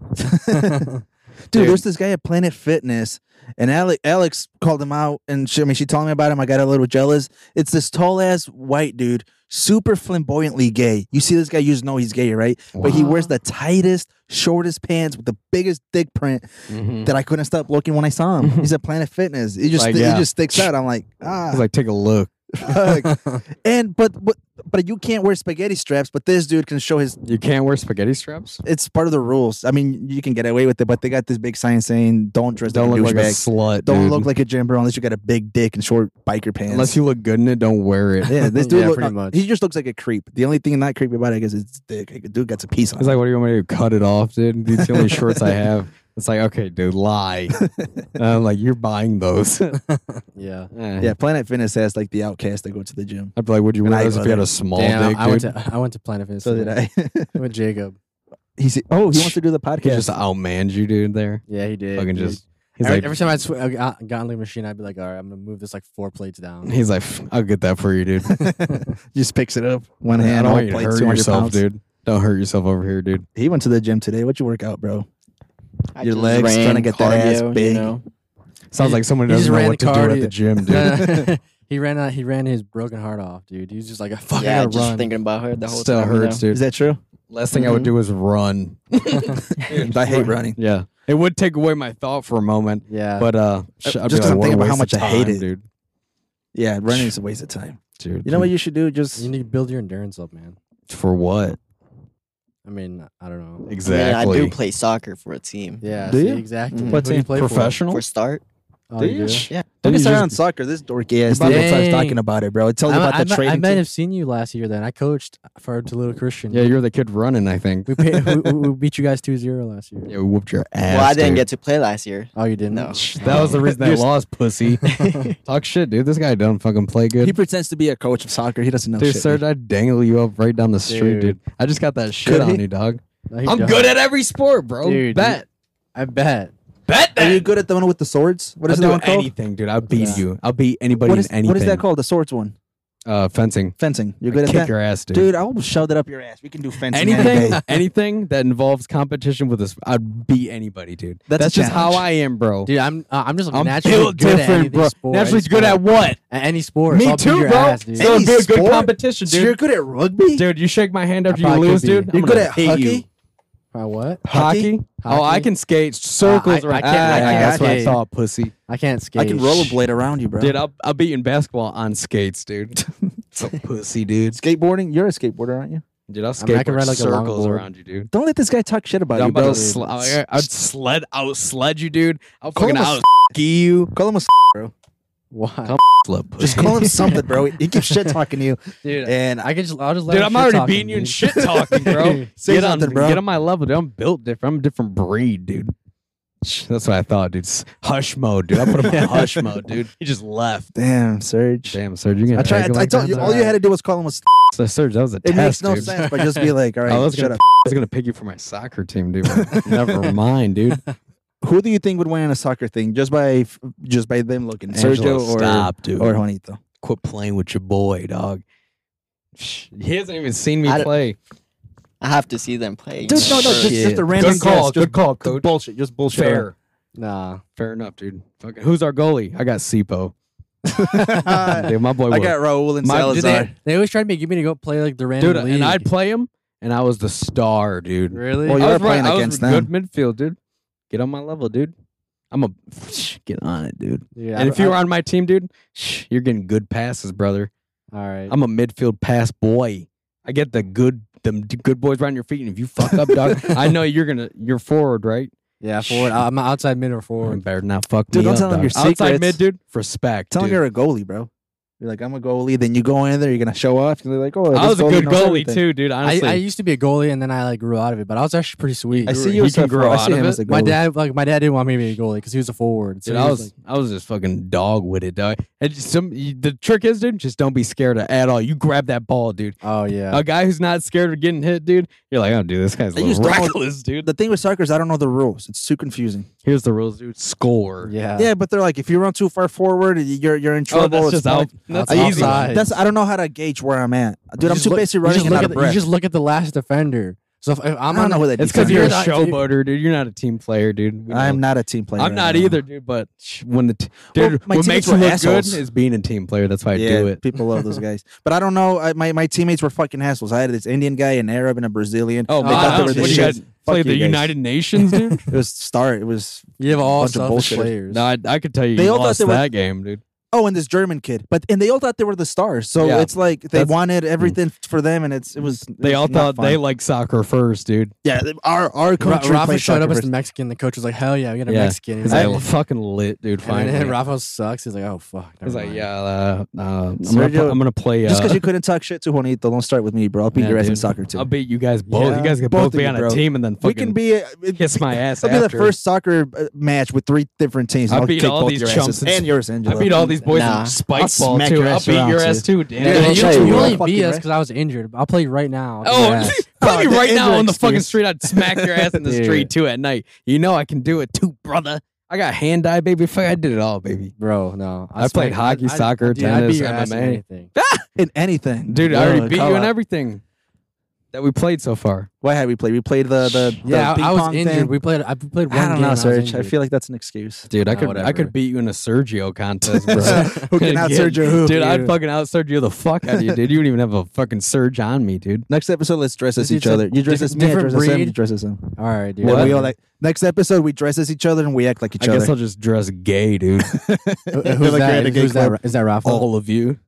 Speaker 2: Dude,
Speaker 1: Dude.
Speaker 2: there's this guy at Planet Fitness, and Ale- Alex called him out, and she, I mean, she told me about him. I got a little jealous. It's this tall ass white dude, super flamboyantly gay. You see this guy, you just know he's gay, right? But he wears the tightest, shortest pants with the biggest dick print
Speaker 1: Mhm.
Speaker 2: that I couldn't stop looking when I saw him. He's at Planet Fitness. It just
Speaker 1: Like,
Speaker 2: it
Speaker 1: yeah.
Speaker 2: just sticks out. I'm like,
Speaker 1: I
Speaker 2: ah,
Speaker 1: was like, take a look.
Speaker 2: fuck. and but but but you can't wear spaghetti straps. But this dude can show his.
Speaker 1: You can't wear spaghetti straps.
Speaker 2: It's part of the rules. I mean, you can get away with it, but they got this big sign saying, "Don't dress
Speaker 1: Don't
Speaker 2: like a
Speaker 1: look like a
Speaker 2: douchebag."
Speaker 1: slut.
Speaker 2: Don't
Speaker 1: dude.
Speaker 2: look like a gym bro unless you got a big dick and short biker pants.
Speaker 1: Unless you look good in it, don't wear it.
Speaker 2: yeah, this dude,
Speaker 5: Yeah,
Speaker 2: look-
Speaker 5: pretty
Speaker 2: uh,
Speaker 5: much.
Speaker 2: he just looks like a creep. The only thing not creepy about it, I guess, is his dick. Like, the dude got a piece on.
Speaker 1: It's like, what do you want me to do? Cut it off, dude? These are the only shorts I have. It's like, okay, dude, lie. And I'm like, you're buying those. Eh.
Speaker 5: yeah.
Speaker 2: yeah, Planet Fitness has like the outcast that go to the gym.
Speaker 1: I'd be like, would you
Speaker 2: And
Speaker 1: wear
Speaker 2: I
Speaker 1: those if
Speaker 2: love
Speaker 1: you had
Speaker 2: it.
Speaker 1: a small
Speaker 5: Damn,
Speaker 1: dick,
Speaker 5: I
Speaker 1: dude?
Speaker 5: went to I went to Planet Fitness.
Speaker 2: So did
Speaker 5: today.
Speaker 2: I.
Speaker 5: with Jacob.
Speaker 2: he said, "Oh, he wants to do the
Speaker 1: He
Speaker 2: podcast."
Speaker 1: just outmanned you, dude. There,
Speaker 5: Yeah, he did.
Speaker 1: fucking
Speaker 5: dude.
Speaker 1: just He's
Speaker 5: every,
Speaker 1: like,
Speaker 5: every time I'd sw- I got got on the machine, I'd be like, all right, I'm gonna move this like four plates down.
Speaker 1: he's like, I'll get that for you, dude.
Speaker 2: Just picks it up one
Speaker 1: I
Speaker 2: hand.
Speaker 1: don't
Speaker 2: all
Speaker 1: want you to
Speaker 2: plates,
Speaker 1: hurt
Speaker 2: 200
Speaker 1: yourself,
Speaker 2: pounds.
Speaker 1: dude. Don't hurt yourself over here, dude.
Speaker 2: He went to the gym today. What you work out, bro?
Speaker 3: I
Speaker 2: Your
Speaker 3: just
Speaker 2: legs,
Speaker 3: ran
Speaker 2: trying to get that ass
Speaker 3: cardio, you
Speaker 2: big.
Speaker 3: know?
Speaker 1: Sounds
Speaker 5: He-
Speaker 1: like someone
Speaker 5: he just
Speaker 1: doesn't know
Speaker 5: ran
Speaker 1: what to
Speaker 5: the
Speaker 1: do at the
Speaker 5: cardio.
Speaker 1: gym, dude.
Speaker 5: No, he ran out. He ran his broken heart off, dude. He was just like, "Fuck,
Speaker 3: Yeah,
Speaker 5: I gotta
Speaker 3: just
Speaker 5: run."
Speaker 3: thinking about her the whole
Speaker 1: Still
Speaker 3: time.
Speaker 1: hurts,
Speaker 2: Is
Speaker 1: dude.
Speaker 2: that true?
Speaker 1: Last thing I would
Speaker 3: Mhm.
Speaker 1: do is run.
Speaker 2: I hate running.
Speaker 1: Yeah, it would take away my thought for a moment,
Speaker 5: yeah,
Speaker 1: but uh, sh- I'd be
Speaker 2: just
Speaker 1: like,
Speaker 2: 'cause I'm
Speaker 1: what a
Speaker 2: thinking about how
Speaker 1: waste of
Speaker 2: much I hate
Speaker 1: time,
Speaker 2: it.
Speaker 1: dude.
Speaker 2: Yeah, running is a waste of time.
Speaker 1: Dude,
Speaker 2: You know what
Speaker 1: dude,
Speaker 2: you should do? Just
Speaker 5: you need to build your endurance up, man.
Speaker 1: for what
Speaker 5: I mean, I don't know.
Speaker 3: I,
Speaker 1: exactly?
Speaker 3: mean, I do play soccer for a team.
Speaker 5: Yeah,
Speaker 2: Do
Speaker 5: see,
Speaker 2: you?
Speaker 5: exactly.
Speaker 1: Mm.
Speaker 3: Mhm.
Speaker 5: What do you play for?
Speaker 1: professional?
Speaker 3: For start,
Speaker 5: Oh,
Speaker 2: Do
Speaker 5: you
Speaker 2: you?
Speaker 5: do?
Speaker 3: yeah,
Speaker 2: Don't
Speaker 1: you
Speaker 2: get started
Speaker 1: just-
Speaker 2: on soccer. This dorky ass
Speaker 5: Dang.
Speaker 2: dude starts talking about it, bro. It tells you
Speaker 5: I,
Speaker 2: about the
Speaker 5: I, mi- I
Speaker 2: training.
Speaker 5: might
Speaker 2: team.
Speaker 5: have seen you last year. Then I coached for Toledo Christian.
Speaker 1: Yeah, you're the kid running. I think.
Speaker 5: we, paid, we, we we beat you guys 2-0 last year.
Speaker 1: Yeah, we whooped your ass.
Speaker 3: well, I didn't
Speaker 1: dude.
Speaker 3: get to play last year.
Speaker 5: Oh, you didn't.
Speaker 3: No.
Speaker 1: That was the reason I
Speaker 2: You're-
Speaker 1: lost, pussy. Talk shit, dude. This guy don't fucking play good.
Speaker 2: He pretends to be a coach of soccer. He doesn't know
Speaker 1: dude,
Speaker 2: shit.
Speaker 1: Serge, I dangle you up right down the street, Oh, dude.
Speaker 5: Dude.
Speaker 1: I just got that shit
Speaker 2: Could
Speaker 1: on
Speaker 2: he?
Speaker 1: you, dog.
Speaker 5: No, Oh, you
Speaker 1: I'm
Speaker 5: don't.
Speaker 1: good at every sport, bro.
Speaker 5: Dude,
Speaker 1: bet,
Speaker 5: I bet.
Speaker 1: bet
Speaker 2: Are
Speaker 1: that.
Speaker 2: you good at the one with the swords? What
Speaker 1: I'll
Speaker 2: is that
Speaker 1: do
Speaker 2: one called?
Speaker 1: anything, dude. I'll beat
Speaker 5: Yeah.
Speaker 1: you. I'll beat anybody
Speaker 2: What is,
Speaker 1: in anything.
Speaker 2: what is that called? The swords one?
Speaker 1: Uh, fencing.
Speaker 2: Fencing. You're
Speaker 1: I
Speaker 2: good at
Speaker 1: kick
Speaker 2: that?
Speaker 1: your ass, dude.
Speaker 2: dude. I will shove that up your ass. We can do fencing. any
Speaker 1: Anything,
Speaker 2: day.
Speaker 1: anything that involves competition with us, I'd beat anybody, dude.
Speaker 2: That's a
Speaker 1: That's, just how
Speaker 2: challenge.
Speaker 1: I am, bro.
Speaker 5: Dude, I'm uh, I'm just
Speaker 1: I'm
Speaker 5: naturally
Speaker 1: built
Speaker 5: good at
Speaker 1: different,
Speaker 5: anything
Speaker 1: bro.
Speaker 5: sport,
Speaker 1: naturally
Speaker 5: any
Speaker 1: good at
Speaker 5: sport.
Speaker 1: what?
Speaker 5: at any sport. so
Speaker 1: Me
Speaker 5: I'll beat
Speaker 1: too,
Speaker 5: your
Speaker 1: bro.
Speaker 5: Ass, dude.
Speaker 1: so it'd
Speaker 2: Any
Speaker 1: be a good
Speaker 2: sport?
Speaker 1: competition,
Speaker 2: So
Speaker 1: dude.
Speaker 2: you're good at rugby?
Speaker 1: Dude, you shake my hand after you
Speaker 5: probably
Speaker 1: lose,
Speaker 5: could be.
Speaker 1: dude. I'm
Speaker 2: You're good
Speaker 1: gonna
Speaker 2: at
Speaker 1: hate you.
Speaker 2: hockey?
Speaker 5: By what?
Speaker 1: Hockey? Oh, I
Speaker 5: Hockey?
Speaker 1: can skate circles
Speaker 5: I- I
Speaker 1: around.
Speaker 5: can't-
Speaker 2: I
Speaker 1: Ah,
Speaker 2: can't
Speaker 1: that's what I
Speaker 5: skate.
Speaker 1: thought, pussy.
Speaker 5: I can't skate.
Speaker 2: I can rollerblade around you, bro.
Speaker 1: Dude, I'll, I'll beat you in basketball on skates, dude. so pussy, dude.
Speaker 2: Skateboarding? You're a skateboarder, aren't you?
Speaker 1: Dude, I'll
Speaker 5: I mean,
Speaker 1: skate
Speaker 5: I can ride like a
Speaker 1: circles
Speaker 5: longboard.
Speaker 1: around you, dude.
Speaker 2: Don't let this guy talk shit about
Speaker 1: Dude, I'm
Speaker 2: you, bro.
Speaker 1: about to sl- I- I'd sled, I'll sled you, dude. I'll
Speaker 2: Call
Speaker 1: fucking
Speaker 2: him a
Speaker 1: out you.
Speaker 2: Call him a
Speaker 5: Why?
Speaker 1: Come- Sled pussy.
Speaker 2: Just call him something, bro. He keeps shit talking to you.
Speaker 5: Dude,
Speaker 2: And I,
Speaker 5: I could just I'll just let
Speaker 1: Dude,
Speaker 5: him
Speaker 1: I'm
Speaker 5: shit
Speaker 1: already
Speaker 5: talk
Speaker 1: beating
Speaker 5: him,
Speaker 1: you in
Speaker 5: dude.
Speaker 1: shit talking, bro.
Speaker 2: Say
Speaker 1: get
Speaker 2: something,
Speaker 1: on,
Speaker 2: bro.
Speaker 1: Get on my level, dude. I'm built different. I'm a different breed, dude. That's what I thought, dude. S- Hush mode, dude. I put him in hush mode, dude. He just left.
Speaker 2: damn, Serge.
Speaker 1: Damn, Serge, you're gonna
Speaker 2: I tried.
Speaker 1: take it
Speaker 2: I
Speaker 1: like
Speaker 2: told you,
Speaker 1: that?
Speaker 2: all you had to do was call him a. St-
Speaker 1: So, Serge, that was a
Speaker 2: it
Speaker 1: test,
Speaker 2: makes no
Speaker 1: dude. Oh,
Speaker 2: sense, but just be like, all right,
Speaker 1: I was
Speaker 2: shut
Speaker 1: gonna,
Speaker 2: up.
Speaker 1: I was gonna pick you for my soccer team, dude. but Never mind, dude.
Speaker 2: Who do you think would win in a soccer thing? Just by, just by them looking,
Speaker 1: Angelo,
Speaker 2: Sergio or
Speaker 1: stop, dude.
Speaker 2: or Juanito.
Speaker 1: Quit playing with your boy, dog. Shh, He hasn't even seen me
Speaker 3: I don't-
Speaker 1: play.
Speaker 3: I have to see them play.
Speaker 2: Dude, no, no, just,
Speaker 1: Shit.
Speaker 2: just a random
Speaker 1: Good call,
Speaker 2: guess.
Speaker 1: good
Speaker 2: Just
Speaker 1: call, coach.
Speaker 2: Bullshit, just bullshit.
Speaker 1: Fair,
Speaker 5: Nah.
Speaker 1: fair enough, dude. Fucking, who's our goalie? I got Sipo.
Speaker 2: I
Speaker 1: dude, my boy. Will.
Speaker 2: Uh, got Raul and
Speaker 1: My- did
Speaker 2: Salazar.
Speaker 1: they-
Speaker 5: They always tried to make me to go play like the random
Speaker 1: dude,
Speaker 5: league.
Speaker 1: and I'd play him, and I was the star, dude.
Speaker 5: Really?
Speaker 2: Well, you
Speaker 1: I
Speaker 2: were
Speaker 1: was
Speaker 2: playing
Speaker 1: right- I was
Speaker 2: against
Speaker 1: good
Speaker 2: them.
Speaker 1: midfield, dude. Get on my level, dude. I'm a get on it, dude.
Speaker 5: Dude,
Speaker 1: and
Speaker 5: I-
Speaker 1: if you
Speaker 5: I-
Speaker 1: were on my team, dude, you're getting good passes, brother.
Speaker 5: all right.
Speaker 1: I'm a midfield pass boy. I get the good them d- good boys around your feet, and if you fuck up, dog, I know you're gonna you're forward, right?
Speaker 5: yeah, forward. I'm an outside mid or
Speaker 1: Or
Speaker 5: forward.
Speaker 1: better not fuck
Speaker 2: Dude,
Speaker 1: me
Speaker 2: don't
Speaker 1: up,
Speaker 2: tell them
Speaker 1: dog.
Speaker 2: your
Speaker 1: Outside
Speaker 2: secrets.
Speaker 1: mid, dude. Respect.
Speaker 2: Tell him
Speaker 1: dude.
Speaker 2: you're a goalie, bro. You're like, I'm a goalie. Then you go in there, you're gonna show off. You're like, oh,
Speaker 1: I was
Speaker 2: this
Speaker 1: a good
Speaker 2: knows
Speaker 1: goalie
Speaker 2: everything.
Speaker 1: too, dude.
Speaker 5: I,
Speaker 1: Honestly,
Speaker 5: I used to be a goalie and then I like grew out of it, but I was actually pretty sweet.
Speaker 2: I see
Speaker 1: He
Speaker 2: you as
Speaker 1: can
Speaker 2: a
Speaker 1: grow
Speaker 2: forward. I
Speaker 1: out
Speaker 2: see
Speaker 1: of
Speaker 2: him
Speaker 1: it.
Speaker 2: as a
Speaker 5: my
Speaker 2: goalie.
Speaker 5: dad like my dad didn't want me to be a goalie because he was a forward. So
Speaker 1: Dude,
Speaker 5: he
Speaker 1: I
Speaker 5: was,
Speaker 1: was I was just fucking dog witted, dog. And just some you- the trick is, dude, just don't be scared of at all. You grab that ball, dude.
Speaker 5: like, oh yeah.
Speaker 1: A guy who's not scared of getting hit, dude. You're like, oh, dude, this guy's a
Speaker 2: They
Speaker 1: little
Speaker 2: just don't-
Speaker 1: reckless, dude.
Speaker 2: The thing with soccer is I don't know the rules. It's too confusing.
Speaker 1: Here's the rules, dude. Score.
Speaker 5: yeah.
Speaker 2: yeah, but they're like, if you run too far forward, you're you're in
Speaker 1: Oh,
Speaker 2: trouble.
Speaker 1: that's
Speaker 2: It's
Speaker 1: just
Speaker 2: not-
Speaker 1: out. That's
Speaker 5: I
Speaker 2: I
Speaker 5: easy.
Speaker 1: easy.
Speaker 5: outside.
Speaker 2: That's I don't know how to gauge where I'm at, dude.
Speaker 5: You
Speaker 2: I'm
Speaker 5: just
Speaker 2: too
Speaker 5: look-
Speaker 2: busy
Speaker 5: you just
Speaker 2: running and out
Speaker 5: look at
Speaker 2: of
Speaker 5: the-
Speaker 2: breath.
Speaker 5: You just look at the last defender. So if, if I'm
Speaker 2: I
Speaker 5: on
Speaker 2: don't know
Speaker 5: the-
Speaker 2: who that.
Speaker 1: It's because
Speaker 2: defense
Speaker 1: you're a
Speaker 2: is.
Speaker 5: not- dude.
Speaker 1: showboater, dude. You're not a team player, dude. We
Speaker 2: I'm
Speaker 1: know.
Speaker 2: not a team player.
Speaker 1: I'm not
Speaker 2: I don't
Speaker 1: either, dude. But sh- when the t-
Speaker 2: Well,
Speaker 1: dude,
Speaker 2: my
Speaker 1: what
Speaker 2: teammates
Speaker 1: makes you
Speaker 2: were
Speaker 1: look
Speaker 2: assholes.
Speaker 1: good is being in team player. That's why I
Speaker 2: yeah,
Speaker 1: do it.
Speaker 2: people love those guys. But I don't know. I, my my teammates were fucking assholes. I had this Indian guy, an Arab, and a Brazilian.
Speaker 1: Oh,
Speaker 2: they
Speaker 1: my
Speaker 5: God,
Speaker 2: thought
Speaker 1: God.
Speaker 2: they
Speaker 5: what
Speaker 2: were
Speaker 5: do
Speaker 2: the
Speaker 5: you
Speaker 1: you
Speaker 2: shit.
Speaker 1: guys
Speaker 2: Fuck
Speaker 1: played
Speaker 2: you
Speaker 1: the
Speaker 2: guys.
Speaker 1: United Nations, dude.
Speaker 2: It was star. It was
Speaker 5: You have all
Speaker 2: Bunch of
Speaker 5: selfish
Speaker 2: bullshit.
Speaker 5: players.
Speaker 1: no, I, I could tell you,
Speaker 2: They
Speaker 1: you
Speaker 2: all thought
Speaker 1: lost
Speaker 2: they were-
Speaker 1: that game, dude.
Speaker 2: oh, and this German kid. But and they all thought they were the stars. So
Speaker 1: Yeah.
Speaker 2: it's like they
Speaker 1: That's- Mm.
Speaker 2: wanted everything for them, and it's it was. it
Speaker 1: They
Speaker 2: was
Speaker 1: all
Speaker 2: not
Speaker 1: thought they
Speaker 2: fun.
Speaker 1: like soccer first, dude.
Speaker 2: yeah. Our our
Speaker 5: Ra-
Speaker 2: country
Speaker 5: Rafa
Speaker 2: plays
Speaker 5: showed up
Speaker 2: soccer
Speaker 5: as
Speaker 2: first.
Speaker 5: the Mexican. The coach was like, "Hell yeah, we got a
Speaker 1: Yeah.
Speaker 5: Mexican."
Speaker 1: He's
Speaker 5: And then-
Speaker 1: like, fucking lit, dude.
Speaker 5: and
Speaker 1: Finally,
Speaker 5: then Rafa sucks. He's like, "Oh fuck."
Speaker 1: I was like,
Speaker 5: never mind."
Speaker 1: yeah, uh, uh, I'm, gonna
Speaker 2: Sergio-
Speaker 1: pl- I'm gonna play. Uh,
Speaker 2: Just because you couldn't talk shit to Juanito, don't start with me, bro. I'll beat
Speaker 1: yeah,
Speaker 2: your ass in
Speaker 1: dude.
Speaker 2: soccer too.
Speaker 1: I'll beat you guys both.
Speaker 2: Yeah.
Speaker 1: you guys can
Speaker 2: Both
Speaker 1: both,
Speaker 2: of
Speaker 1: be
Speaker 2: you,
Speaker 1: on
Speaker 2: bro.
Speaker 1: a team and then fucking
Speaker 2: we can be. A, it-
Speaker 1: kiss my ass.
Speaker 2: I'll be the
Speaker 1: after.
Speaker 2: first soccer uh, match with three different teams. and
Speaker 1: I
Speaker 2: I'll
Speaker 1: beat
Speaker 2: kick
Speaker 1: all
Speaker 2: both
Speaker 1: these
Speaker 2: your
Speaker 1: chumps
Speaker 2: asses.
Speaker 1: and-
Speaker 2: and yours, Angelo.
Speaker 1: I beat all these boys
Speaker 3: Nah.
Speaker 1: in spike
Speaker 2: I'll
Speaker 1: ball
Speaker 2: smack
Speaker 1: too.
Speaker 2: your
Speaker 1: I'll
Speaker 2: ass
Speaker 1: beat
Speaker 2: around,
Speaker 1: your ass too,
Speaker 5: Yeah,
Speaker 1: damn.
Speaker 2: I'll
Speaker 5: you,
Speaker 2: tell you
Speaker 5: you
Speaker 2: what.
Speaker 5: only
Speaker 2: Fucking
Speaker 5: beat us
Speaker 2: right.
Speaker 5: because I was injured. but I'll play right now.
Speaker 1: Oh,
Speaker 2: Oh,
Speaker 1: tell me
Speaker 2: the
Speaker 1: right now
Speaker 2: injury
Speaker 1: on the fucking
Speaker 2: excuse.
Speaker 1: street, I'd smack your ass in the
Speaker 5: Dude.
Speaker 1: street too at night. You know I can do it too, brother. I got hand dye, baby. Fuck, I did it all, baby.
Speaker 5: bro. No,
Speaker 1: I played
Speaker 5: smacked-
Speaker 1: hockey, soccer,
Speaker 5: dude, I'd
Speaker 1: tennis,
Speaker 5: beat your ass in
Speaker 1: MMA.
Speaker 5: anything.
Speaker 2: in anything,
Speaker 1: Dude, I already beat you in
Speaker 2: everything.
Speaker 1: everything that we played so far.
Speaker 2: What have we played? We played the the, the
Speaker 5: Yeah, I-
Speaker 2: ping
Speaker 5: I was
Speaker 2: pong
Speaker 5: injured.
Speaker 2: Thing.
Speaker 5: We played. I played one
Speaker 2: I don't
Speaker 5: game.
Speaker 2: know,
Speaker 5: was
Speaker 2: Serge. I,
Speaker 5: injured.
Speaker 2: feel like that's an excuse.
Speaker 1: Dude, I
Speaker 5: Nah,
Speaker 1: could I
Speaker 5: whatever.
Speaker 1: could beat you in a Sergio contest, bro.
Speaker 2: Ah, Who can out Serge or who?
Speaker 1: Dude, I'd fucking out Sergio the fuck out of you, dude. You don't even have a fucking surge on me, dude.
Speaker 2: Next episode, let's dress as
Speaker 5: Dude,
Speaker 2: each
Speaker 5: it's a
Speaker 2: other. You dress
Speaker 5: diff-
Speaker 2: as me, I
Speaker 5: different
Speaker 2: dress as him, you
Speaker 5: breed.
Speaker 2: dress as him.
Speaker 5: All right, dude.
Speaker 2: And
Speaker 1: What?
Speaker 2: we all like next episode we dress as each other and we act like each
Speaker 1: I guess
Speaker 2: other.
Speaker 1: I'll just dress gay, dude.
Speaker 5: Who- who's
Speaker 2: like we're
Speaker 5: that?
Speaker 2: at a gay
Speaker 5: Who's that?
Speaker 2: club.
Speaker 5: Is that Rafa?
Speaker 1: all of you.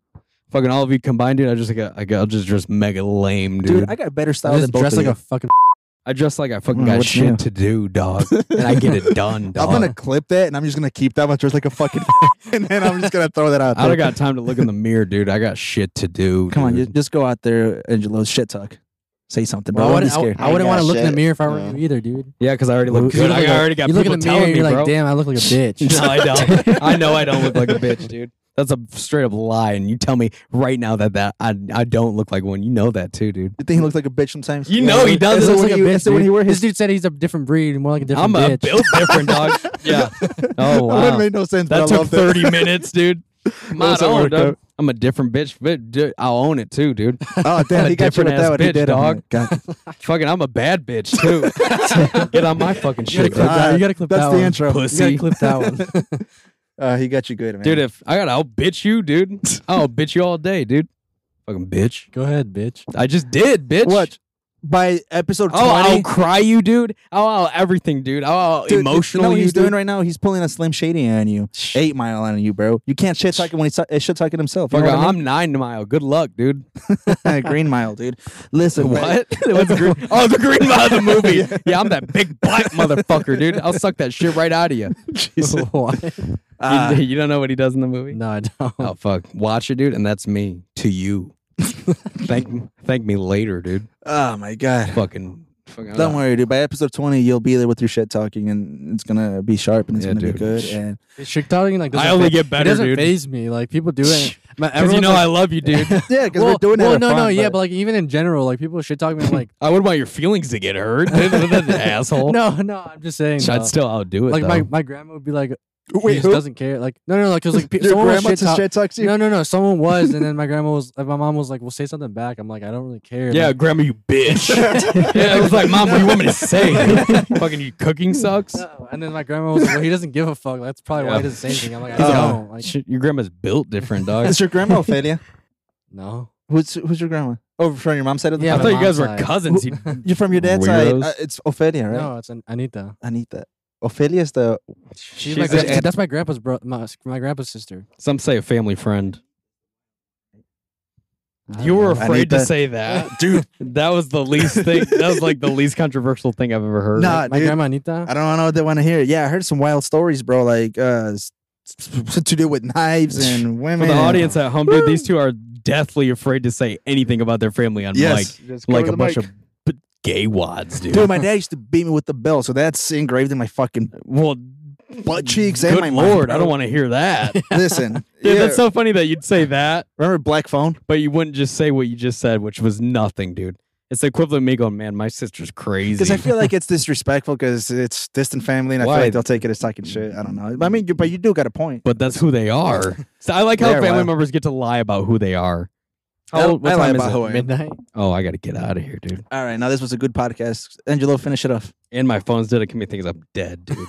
Speaker 1: Fucking all of you combined, dude. I just like I got, I'll just dress mega lame, dude.
Speaker 2: Dude, I got better
Speaker 5: I
Speaker 2: style than
Speaker 5: just
Speaker 2: both
Speaker 5: dressed
Speaker 2: of
Speaker 5: like
Speaker 2: you.
Speaker 5: a fucking.
Speaker 1: I dress like I fucking
Speaker 2: Mm,
Speaker 1: got
Speaker 2: what's
Speaker 1: shit
Speaker 2: new?
Speaker 1: to do, dog. and I get it done,
Speaker 2: I'm
Speaker 1: dog.
Speaker 2: gonna clip that and I'm just gonna keep that one dressed like a fucking and then I'm just gonna throw that out.
Speaker 1: I
Speaker 2: There.
Speaker 1: don't got time to look in the mirror, dude. I got shit to do.
Speaker 2: Come on,
Speaker 1: dude.
Speaker 2: ju- just go out there, Angelo. Shit talk. Say something, bro.
Speaker 5: Bro, I
Speaker 2: Don't be
Speaker 5: wouldn't, I,
Speaker 2: scared.
Speaker 5: I wouldn't
Speaker 3: I
Speaker 5: want to
Speaker 3: got
Speaker 5: look in the
Speaker 3: shit.
Speaker 5: mirror if I were
Speaker 3: Yeah.
Speaker 5: you either, dude.
Speaker 1: Yeah, because I already look
Speaker 5: You
Speaker 1: good.
Speaker 5: look
Speaker 1: I
Speaker 5: like a-
Speaker 1: already got
Speaker 5: you look in
Speaker 1: people
Speaker 5: the mirror
Speaker 1: telling
Speaker 5: and
Speaker 1: me,
Speaker 5: you're
Speaker 1: bro.
Speaker 5: like, damn, I look like a bitch.
Speaker 1: No, I don't. I know I don't look like a bitch, dude. That's a straight up lie, and you tell me right now that that I I don't look like one. You know that too, dude.
Speaker 2: You think he looks like a bitch sometimes?
Speaker 1: You know he does.
Speaker 2: That's
Speaker 1: It
Speaker 2: the
Speaker 1: looks like
Speaker 2: way
Speaker 1: a
Speaker 2: he-
Speaker 1: bitch,
Speaker 2: that's the way
Speaker 1: dude.
Speaker 2: he wear
Speaker 5: This
Speaker 2: his.
Speaker 5: dude said he's a different breed, more like a different
Speaker 1: I'm a
Speaker 5: bitch.
Speaker 1: built different dog. Yeah. Oh
Speaker 2: That
Speaker 1: wow.
Speaker 2: made no sense.
Speaker 1: That
Speaker 2: but I
Speaker 1: took
Speaker 2: love that.
Speaker 1: 30 minutes, dude. Not
Speaker 2: That's how it
Speaker 1: on,
Speaker 2: worked
Speaker 1: dog.
Speaker 2: out.
Speaker 1: I'm a different bitch, but dude, I'll own it too, dude.
Speaker 2: Oh damn,
Speaker 1: a
Speaker 2: he got you with
Speaker 1: different-ass
Speaker 2: that one.
Speaker 1: bitch,
Speaker 2: He did it.
Speaker 1: dog.
Speaker 2: God.
Speaker 1: fucking, I'm a bad bitch too. Get on my fucking
Speaker 5: You gotta
Speaker 1: shit,
Speaker 5: clip
Speaker 1: bro.
Speaker 2: Uh,
Speaker 5: that. You gotta clip
Speaker 2: That's
Speaker 5: that
Speaker 2: the
Speaker 5: one.
Speaker 2: intro.
Speaker 5: You gotta
Speaker 1: pussy.
Speaker 5: clip that one.
Speaker 2: Uh, he got you good, man.
Speaker 1: Dude, if I gotta, I'll bitch you, dude. I'll bitch you all day, dude. Fucking bitch.
Speaker 5: Go ahead, bitch.
Speaker 1: I just did, bitch.
Speaker 2: What? By episode
Speaker 1: Oh, I'll
Speaker 2: 20,
Speaker 1: cry you, dude. Oh, I'll everything, dude. Oh, I'll
Speaker 2: dude,
Speaker 1: emotional
Speaker 2: You know what
Speaker 1: you,
Speaker 2: he's
Speaker 1: dude.
Speaker 2: doing right now? He's pulling a Slim Shady on you, Eight Mile on you, bro. You can't shit talk it when he's uh, shit talking himself. You
Speaker 1: Fuck,
Speaker 2: know what I
Speaker 1: I'm nine mile. Good luck, dude.
Speaker 2: mean? Green Mile, dude. Listen, man.
Speaker 1: What? What's green? Oh, the Green Mile, the movie. Yeah, I'm that big black motherfucker, dude. I'll suck that shit right out of you.
Speaker 5: What?
Speaker 2: Ah,
Speaker 1: you. You don't know what he does in the movie?
Speaker 5: No, I don't.
Speaker 1: Oh fuck! Watch it, dude, and that's me to you. thank, thank me later, dude.
Speaker 2: oh my god.
Speaker 1: Fucking, fucking
Speaker 2: Don't worry, dude. By episode 20, you'll be there with your shit talking, and it's gonna be sharp and it's
Speaker 1: Yeah,
Speaker 2: gonna
Speaker 1: dude.
Speaker 2: be good. And
Speaker 5: Shit talking like doesn't
Speaker 1: I only
Speaker 5: fa-
Speaker 1: get
Speaker 5: It
Speaker 1: better,
Speaker 5: doesn't
Speaker 1: dude.
Speaker 5: phase me. Like people do it. My-
Speaker 1: Because you
Speaker 5: everyone's
Speaker 1: know
Speaker 5: like,
Speaker 1: I love you, dude.
Speaker 2: yeah, because
Speaker 5: well,
Speaker 2: we're doing
Speaker 5: well,
Speaker 2: it.
Speaker 5: no,
Speaker 2: for
Speaker 5: no,
Speaker 2: fun,
Speaker 5: yeah, but like even in general, like people shit talking me. I'm like,
Speaker 1: I wouldn't want your feelings to get hurt, dude. That asshole.
Speaker 5: no, no, I'm just saying.
Speaker 1: So
Speaker 5: though.
Speaker 1: I'd still outdo it.
Speaker 5: like
Speaker 1: though.
Speaker 5: my, my grandma would be like,
Speaker 2: wait,
Speaker 5: he just
Speaker 2: who?
Speaker 5: doesn't care. Like no, no, no, because like pe-
Speaker 2: your
Speaker 5: someone will
Speaker 2: grandma
Speaker 5: shit
Speaker 2: to
Speaker 5: talk.
Speaker 2: shit talks you.
Speaker 5: No, no, no. Someone was, and then my grandma was. Like, my mom was like, "Well, say something back." I'm like, "I don't really care."
Speaker 1: yeah,
Speaker 5: Like,
Speaker 1: grandma, you bitch. yeah, it was like, mom, what do you want me to say? fucking, you cooking sucks.
Speaker 5: no. And then my grandma was like, "Well, he doesn't give a fuck." That's probably why
Speaker 1: Yeah.
Speaker 5: he doesn't say anything. I'm like, "I
Speaker 2: Uh,
Speaker 5: don't." Like,
Speaker 1: Shit, your grandma's built different, dog.
Speaker 2: It's your grandma, Ophelia.
Speaker 5: no.
Speaker 2: Who's who's your grandma? Oh, from your mom's side of the
Speaker 5: Yeah,
Speaker 1: I
Speaker 5: my
Speaker 1: thought you
Speaker 5: mom's
Speaker 1: guys were
Speaker 5: side.
Speaker 1: cousins. You,
Speaker 2: You're from your dad's
Speaker 1: Weirdos.
Speaker 2: side. Uh, it's Ophelia, right?
Speaker 5: No, it's an Anita.
Speaker 2: Anita. Ophelia's the
Speaker 5: She's,
Speaker 1: She's
Speaker 5: my
Speaker 1: an
Speaker 5: gra-
Speaker 2: aunt.
Speaker 5: that's my grandpa's bro. My, my grandpa's sister.
Speaker 1: some say a family friend.
Speaker 5: I
Speaker 1: You
Speaker 5: don't
Speaker 1: were
Speaker 5: know.
Speaker 1: afraid to
Speaker 2: Anita.
Speaker 1: say that, dude. That was the least thing. That was like the least controversial thing I've ever heard.
Speaker 2: nah,
Speaker 5: my
Speaker 2: dude.
Speaker 5: grandma Anita.
Speaker 2: I don't know if they want to hear. it. Yeah, I heard some wild stories, bro. Like uh, s- s- to do with knives and
Speaker 1: For
Speaker 2: women.
Speaker 1: the audience at home, dude, these two are deathly afraid to say anything about their family on
Speaker 2: Yes.
Speaker 1: mic, like a bunch of b- gay wads, dude.
Speaker 2: Dude, my dad used to beat me with the bell, so that's engraved in my fucking
Speaker 1: well,
Speaker 2: butt cheeks and
Speaker 1: good
Speaker 2: my mind,
Speaker 1: lord, I
Speaker 2: bro.
Speaker 1: don't want to hear that. dude,
Speaker 2: Listen, yeah,
Speaker 1: that's so funny that you'd say that,
Speaker 2: remember Black Phone?
Speaker 1: but you wouldn't just say what you just said, which was nothing, dude. It's the equivalent of me going, "Man, my sister's crazy."
Speaker 2: Because I feel like it's disrespectful because it's distant family, and I
Speaker 1: Why?
Speaker 2: feel like they'll take it as talking shit. I don't know. I mean, you- but you do got a point.
Speaker 1: but that's who they are. So I like how
Speaker 2: They're
Speaker 1: family
Speaker 2: wild.
Speaker 1: members get to lie about who they are.
Speaker 2: I-
Speaker 1: How old- what
Speaker 2: I lie
Speaker 1: time is
Speaker 2: about
Speaker 1: it?
Speaker 2: who I am.
Speaker 5: Midnight.
Speaker 1: Oh, I got to get out of here, dude.
Speaker 2: All right, now this was a good podcast. Angelo, finish it off.
Speaker 1: And my phone's dead. It can be things I'm dead, dude.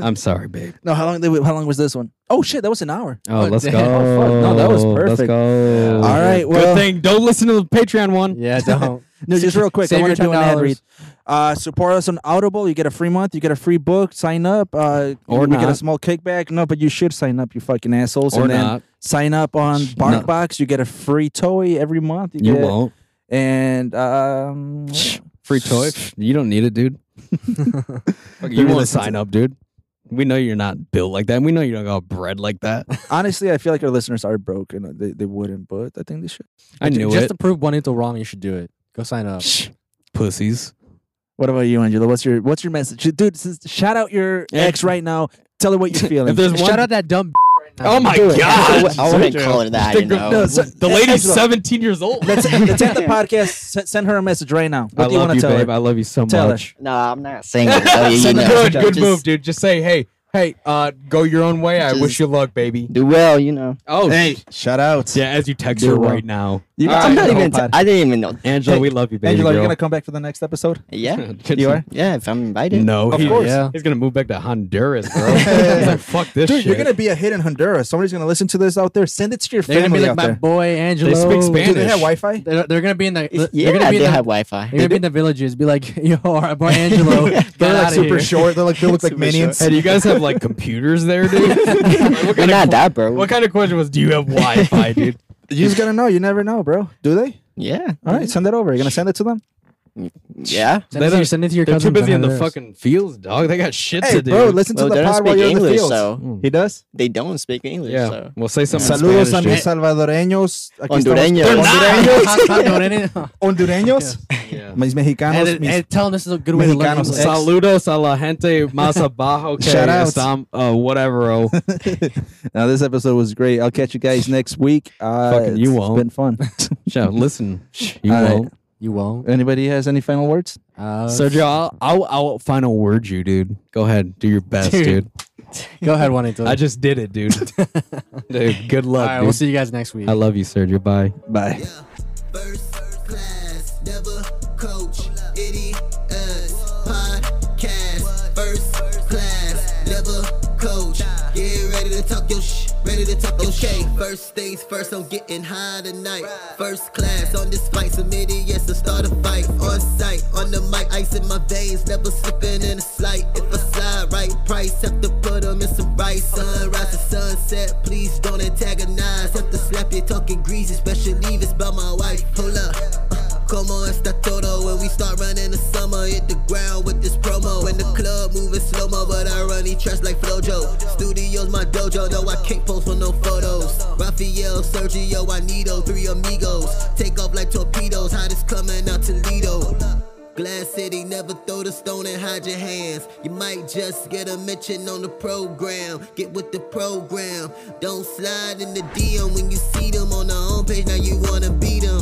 Speaker 1: I'm sorry, babe.
Speaker 2: No, how long? Did we, how long was this one? Oh shit, that was an hour.
Speaker 1: Oh,
Speaker 5: Oh,
Speaker 1: let's
Speaker 5: damn.
Speaker 1: go.
Speaker 5: Oh,
Speaker 2: fuck. No, that was
Speaker 1: Let's
Speaker 2: perfect.
Speaker 1: go.
Speaker 5: Yeah.
Speaker 2: All right, well-
Speaker 1: Good thing. Don't listen to the Patreon one.
Speaker 5: Yeah, don't.
Speaker 2: No, just real quick.
Speaker 5: Save
Speaker 2: I
Speaker 5: your
Speaker 2: want to do an ad
Speaker 5: $10.
Speaker 2: read. Uh, support us on Audible. You get a free month. You get a free book. Sign up. Uh,
Speaker 1: Or
Speaker 2: we get a
Speaker 1: not.
Speaker 2: small kickback. No, but you should sign up. You fucking assholes.
Speaker 1: Or
Speaker 2: and then
Speaker 1: not.
Speaker 2: Sign up on
Speaker 1: No.
Speaker 2: BarkBox. You get a free toy every month.
Speaker 1: You
Speaker 2: get,
Speaker 1: won't.
Speaker 2: And um,
Speaker 1: Free toy. You don't need it, dude. Fuck, you
Speaker 2: Dude,
Speaker 1: won't
Speaker 2: listen to-
Speaker 1: sign up, dude. We know you're not built like that. and We know you don't got bread like that.
Speaker 2: honestly, I feel like our listeners are broken. They, they wouldn't, but I think they should.
Speaker 1: I knew
Speaker 5: Just
Speaker 1: it.
Speaker 5: to prove Juanito wrong, you should do it. Go sign up.
Speaker 1: Pussies.
Speaker 2: What about you, Angela? What's your What's your message, dude? Since, shout out your
Speaker 1: Yeah.
Speaker 2: ex right now. Tell her what you're feeling.
Speaker 1: If there's one,
Speaker 5: Shout out that dumb. Right now.
Speaker 1: oh my
Speaker 2: Uh, Do it.
Speaker 1: god,
Speaker 3: I wouldn't call it that, you
Speaker 1: The-
Speaker 3: know.
Speaker 1: no,
Speaker 2: so-
Speaker 1: the lady's
Speaker 2: Angela.
Speaker 1: 17 years old.
Speaker 2: Let's, let's end the podcast. S- send her a message right now. What
Speaker 1: I
Speaker 2: do you
Speaker 1: love
Speaker 2: want
Speaker 1: you,
Speaker 2: to tell
Speaker 1: babe.
Speaker 2: her?
Speaker 1: I love you so
Speaker 2: Tell her.
Speaker 1: much.
Speaker 3: No, I'm not saying it. No, you, you know,
Speaker 1: good, good
Speaker 3: just-
Speaker 1: move, dude. Just say, hey, Hey, uh, go your own way. I
Speaker 3: Just-
Speaker 1: wish you luck, baby.
Speaker 3: Do well, you know.
Speaker 1: Oh,
Speaker 2: Hey, shout out.
Speaker 1: yeah. As you text
Speaker 3: Do
Speaker 1: her
Speaker 3: well.
Speaker 1: right now,
Speaker 2: You can
Speaker 3: All right, I'm
Speaker 2: take
Speaker 3: not
Speaker 2: the whole
Speaker 3: even. T-
Speaker 2: pod.
Speaker 3: I didn't even know.
Speaker 1: Angela,
Speaker 2: Hey,
Speaker 1: we love you, baby.
Speaker 2: Angela, you're
Speaker 1: girl.
Speaker 2: gonna come back for the next episode?
Speaker 3: Yeah,
Speaker 2: You are.
Speaker 3: yeah. If I'm invited,
Speaker 1: No,
Speaker 2: Of
Speaker 1: he-
Speaker 2: course.
Speaker 5: Yeah.
Speaker 1: he's gonna move back to Honduras, bro. he's like, fuck this
Speaker 2: Dude,
Speaker 1: shit.
Speaker 2: you're gonna be a hit in Honduras. Somebody's gonna listen to this out there. Send it to your
Speaker 5: They're gonna
Speaker 2: family
Speaker 5: be like
Speaker 2: out
Speaker 5: my
Speaker 2: there.
Speaker 5: boy Angelo.
Speaker 2: Do they
Speaker 1: Spanish.
Speaker 2: have Wi-Fi?
Speaker 5: They're, they're gonna be in the.
Speaker 3: yeah,
Speaker 5: they're gonna be
Speaker 3: they
Speaker 5: in the,
Speaker 3: have Wi-Fi.
Speaker 5: They're gonna be in the villages. Be like, yo, our boy Angelo. get
Speaker 2: They're like
Speaker 5: outta
Speaker 2: super
Speaker 5: here.
Speaker 2: short. They're like they look like minions.
Speaker 1: Hey, do you guys have like computers there, dude? Like, what,
Speaker 3: We're
Speaker 1: kind
Speaker 3: not
Speaker 1: of,
Speaker 3: that, bro.
Speaker 1: what kind of question was do you have Wi-Fi, dude?
Speaker 2: You just gotta know. You never know, bro. Do they?
Speaker 3: Yeah,
Speaker 2: All right, send that over. You're gonna send it to them.
Speaker 3: yeah.
Speaker 5: Send it, to
Speaker 1: They're-
Speaker 5: your, send it to your
Speaker 1: They're too
Speaker 5: cousins.
Speaker 1: busy in
Speaker 5: and
Speaker 1: the
Speaker 5: others.
Speaker 1: fucking fields, dog. They got shit
Speaker 2: Hey,
Speaker 1: to do.
Speaker 2: bro, listen to
Speaker 3: Well,
Speaker 2: the
Speaker 3: they don't
Speaker 2: pod while
Speaker 3: speak
Speaker 2: you're in the
Speaker 3: English,
Speaker 2: fields.
Speaker 3: so
Speaker 2: He does.
Speaker 3: they don't speak English.
Speaker 1: yeah.
Speaker 3: So
Speaker 1: Well, say something. in
Speaker 2: Saludos a mis
Speaker 1: Spanish,
Speaker 2: salvadoreños. Aquí estamos-
Speaker 3: Hondureños.
Speaker 2: They're
Speaker 5: Ah,
Speaker 2: not.
Speaker 5: ah, ah, don't edit. Ah.
Speaker 2: Hondureños.
Speaker 1: dude. Yeah.
Speaker 2: Mis mexicanos.
Speaker 5: And, and,
Speaker 2: mis-
Speaker 5: tell them this is a good way to learn.
Speaker 2: Mexicanos
Speaker 5: English.
Speaker 2: ex-
Speaker 1: Saludos a la gente más abajo que
Speaker 2: Shout outs.
Speaker 1: están, uh, whatever. Oh,
Speaker 2: now this episode was great. I'll catch you guys next week. Uh,
Speaker 1: Fucking you
Speaker 2: it's-
Speaker 1: won't.
Speaker 2: It's been fun.
Speaker 1: yeah, listen, you
Speaker 2: All right.
Speaker 1: won't.
Speaker 5: You won't.
Speaker 2: Anybody has any final words?
Speaker 5: Uh,
Speaker 1: Sergio, I'll, I'll I'll final word you, dude. Go ahead, do your best, dude.
Speaker 5: Dude. go ahead, Juanito.
Speaker 1: I just did it, dude. dude, good
Speaker 5: All
Speaker 1: luck.
Speaker 5: right,
Speaker 1: dude.
Speaker 5: we'll see you guys next week.
Speaker 1: I love you, Sergio. Bye.
Speaker 2: Bye.
Speaker 7: First class, never coach. It is us. Podcast. First class, never coach. Get ready to talk your sh. Ready to talk your shit. First things first, I'm getting high tonight. First class on this flight, some idiots to start a fight. On site, on the mic, ice in my veins, never slipping in a slight. If I slide right, price have to put 'em in some rice. Sunrise to sunset, please don't antagonize. Have to slap you talking greasy, especially if it's by my wife. Hold up. Como esta todo when we start running the summer hit the ground with this promo in the club moving slow mo but I run these tracks like Flojo studios my dojo no I can't post for no photos Raphael Sergio I need those three amigos take off like torpedoes hottest coming out Toledo Glass City, never throw the stone and hide your hands. You might just get a mention on the program. Get with the program. Don't slide in the DM when you see them on the homepage. Now you wanna beat them.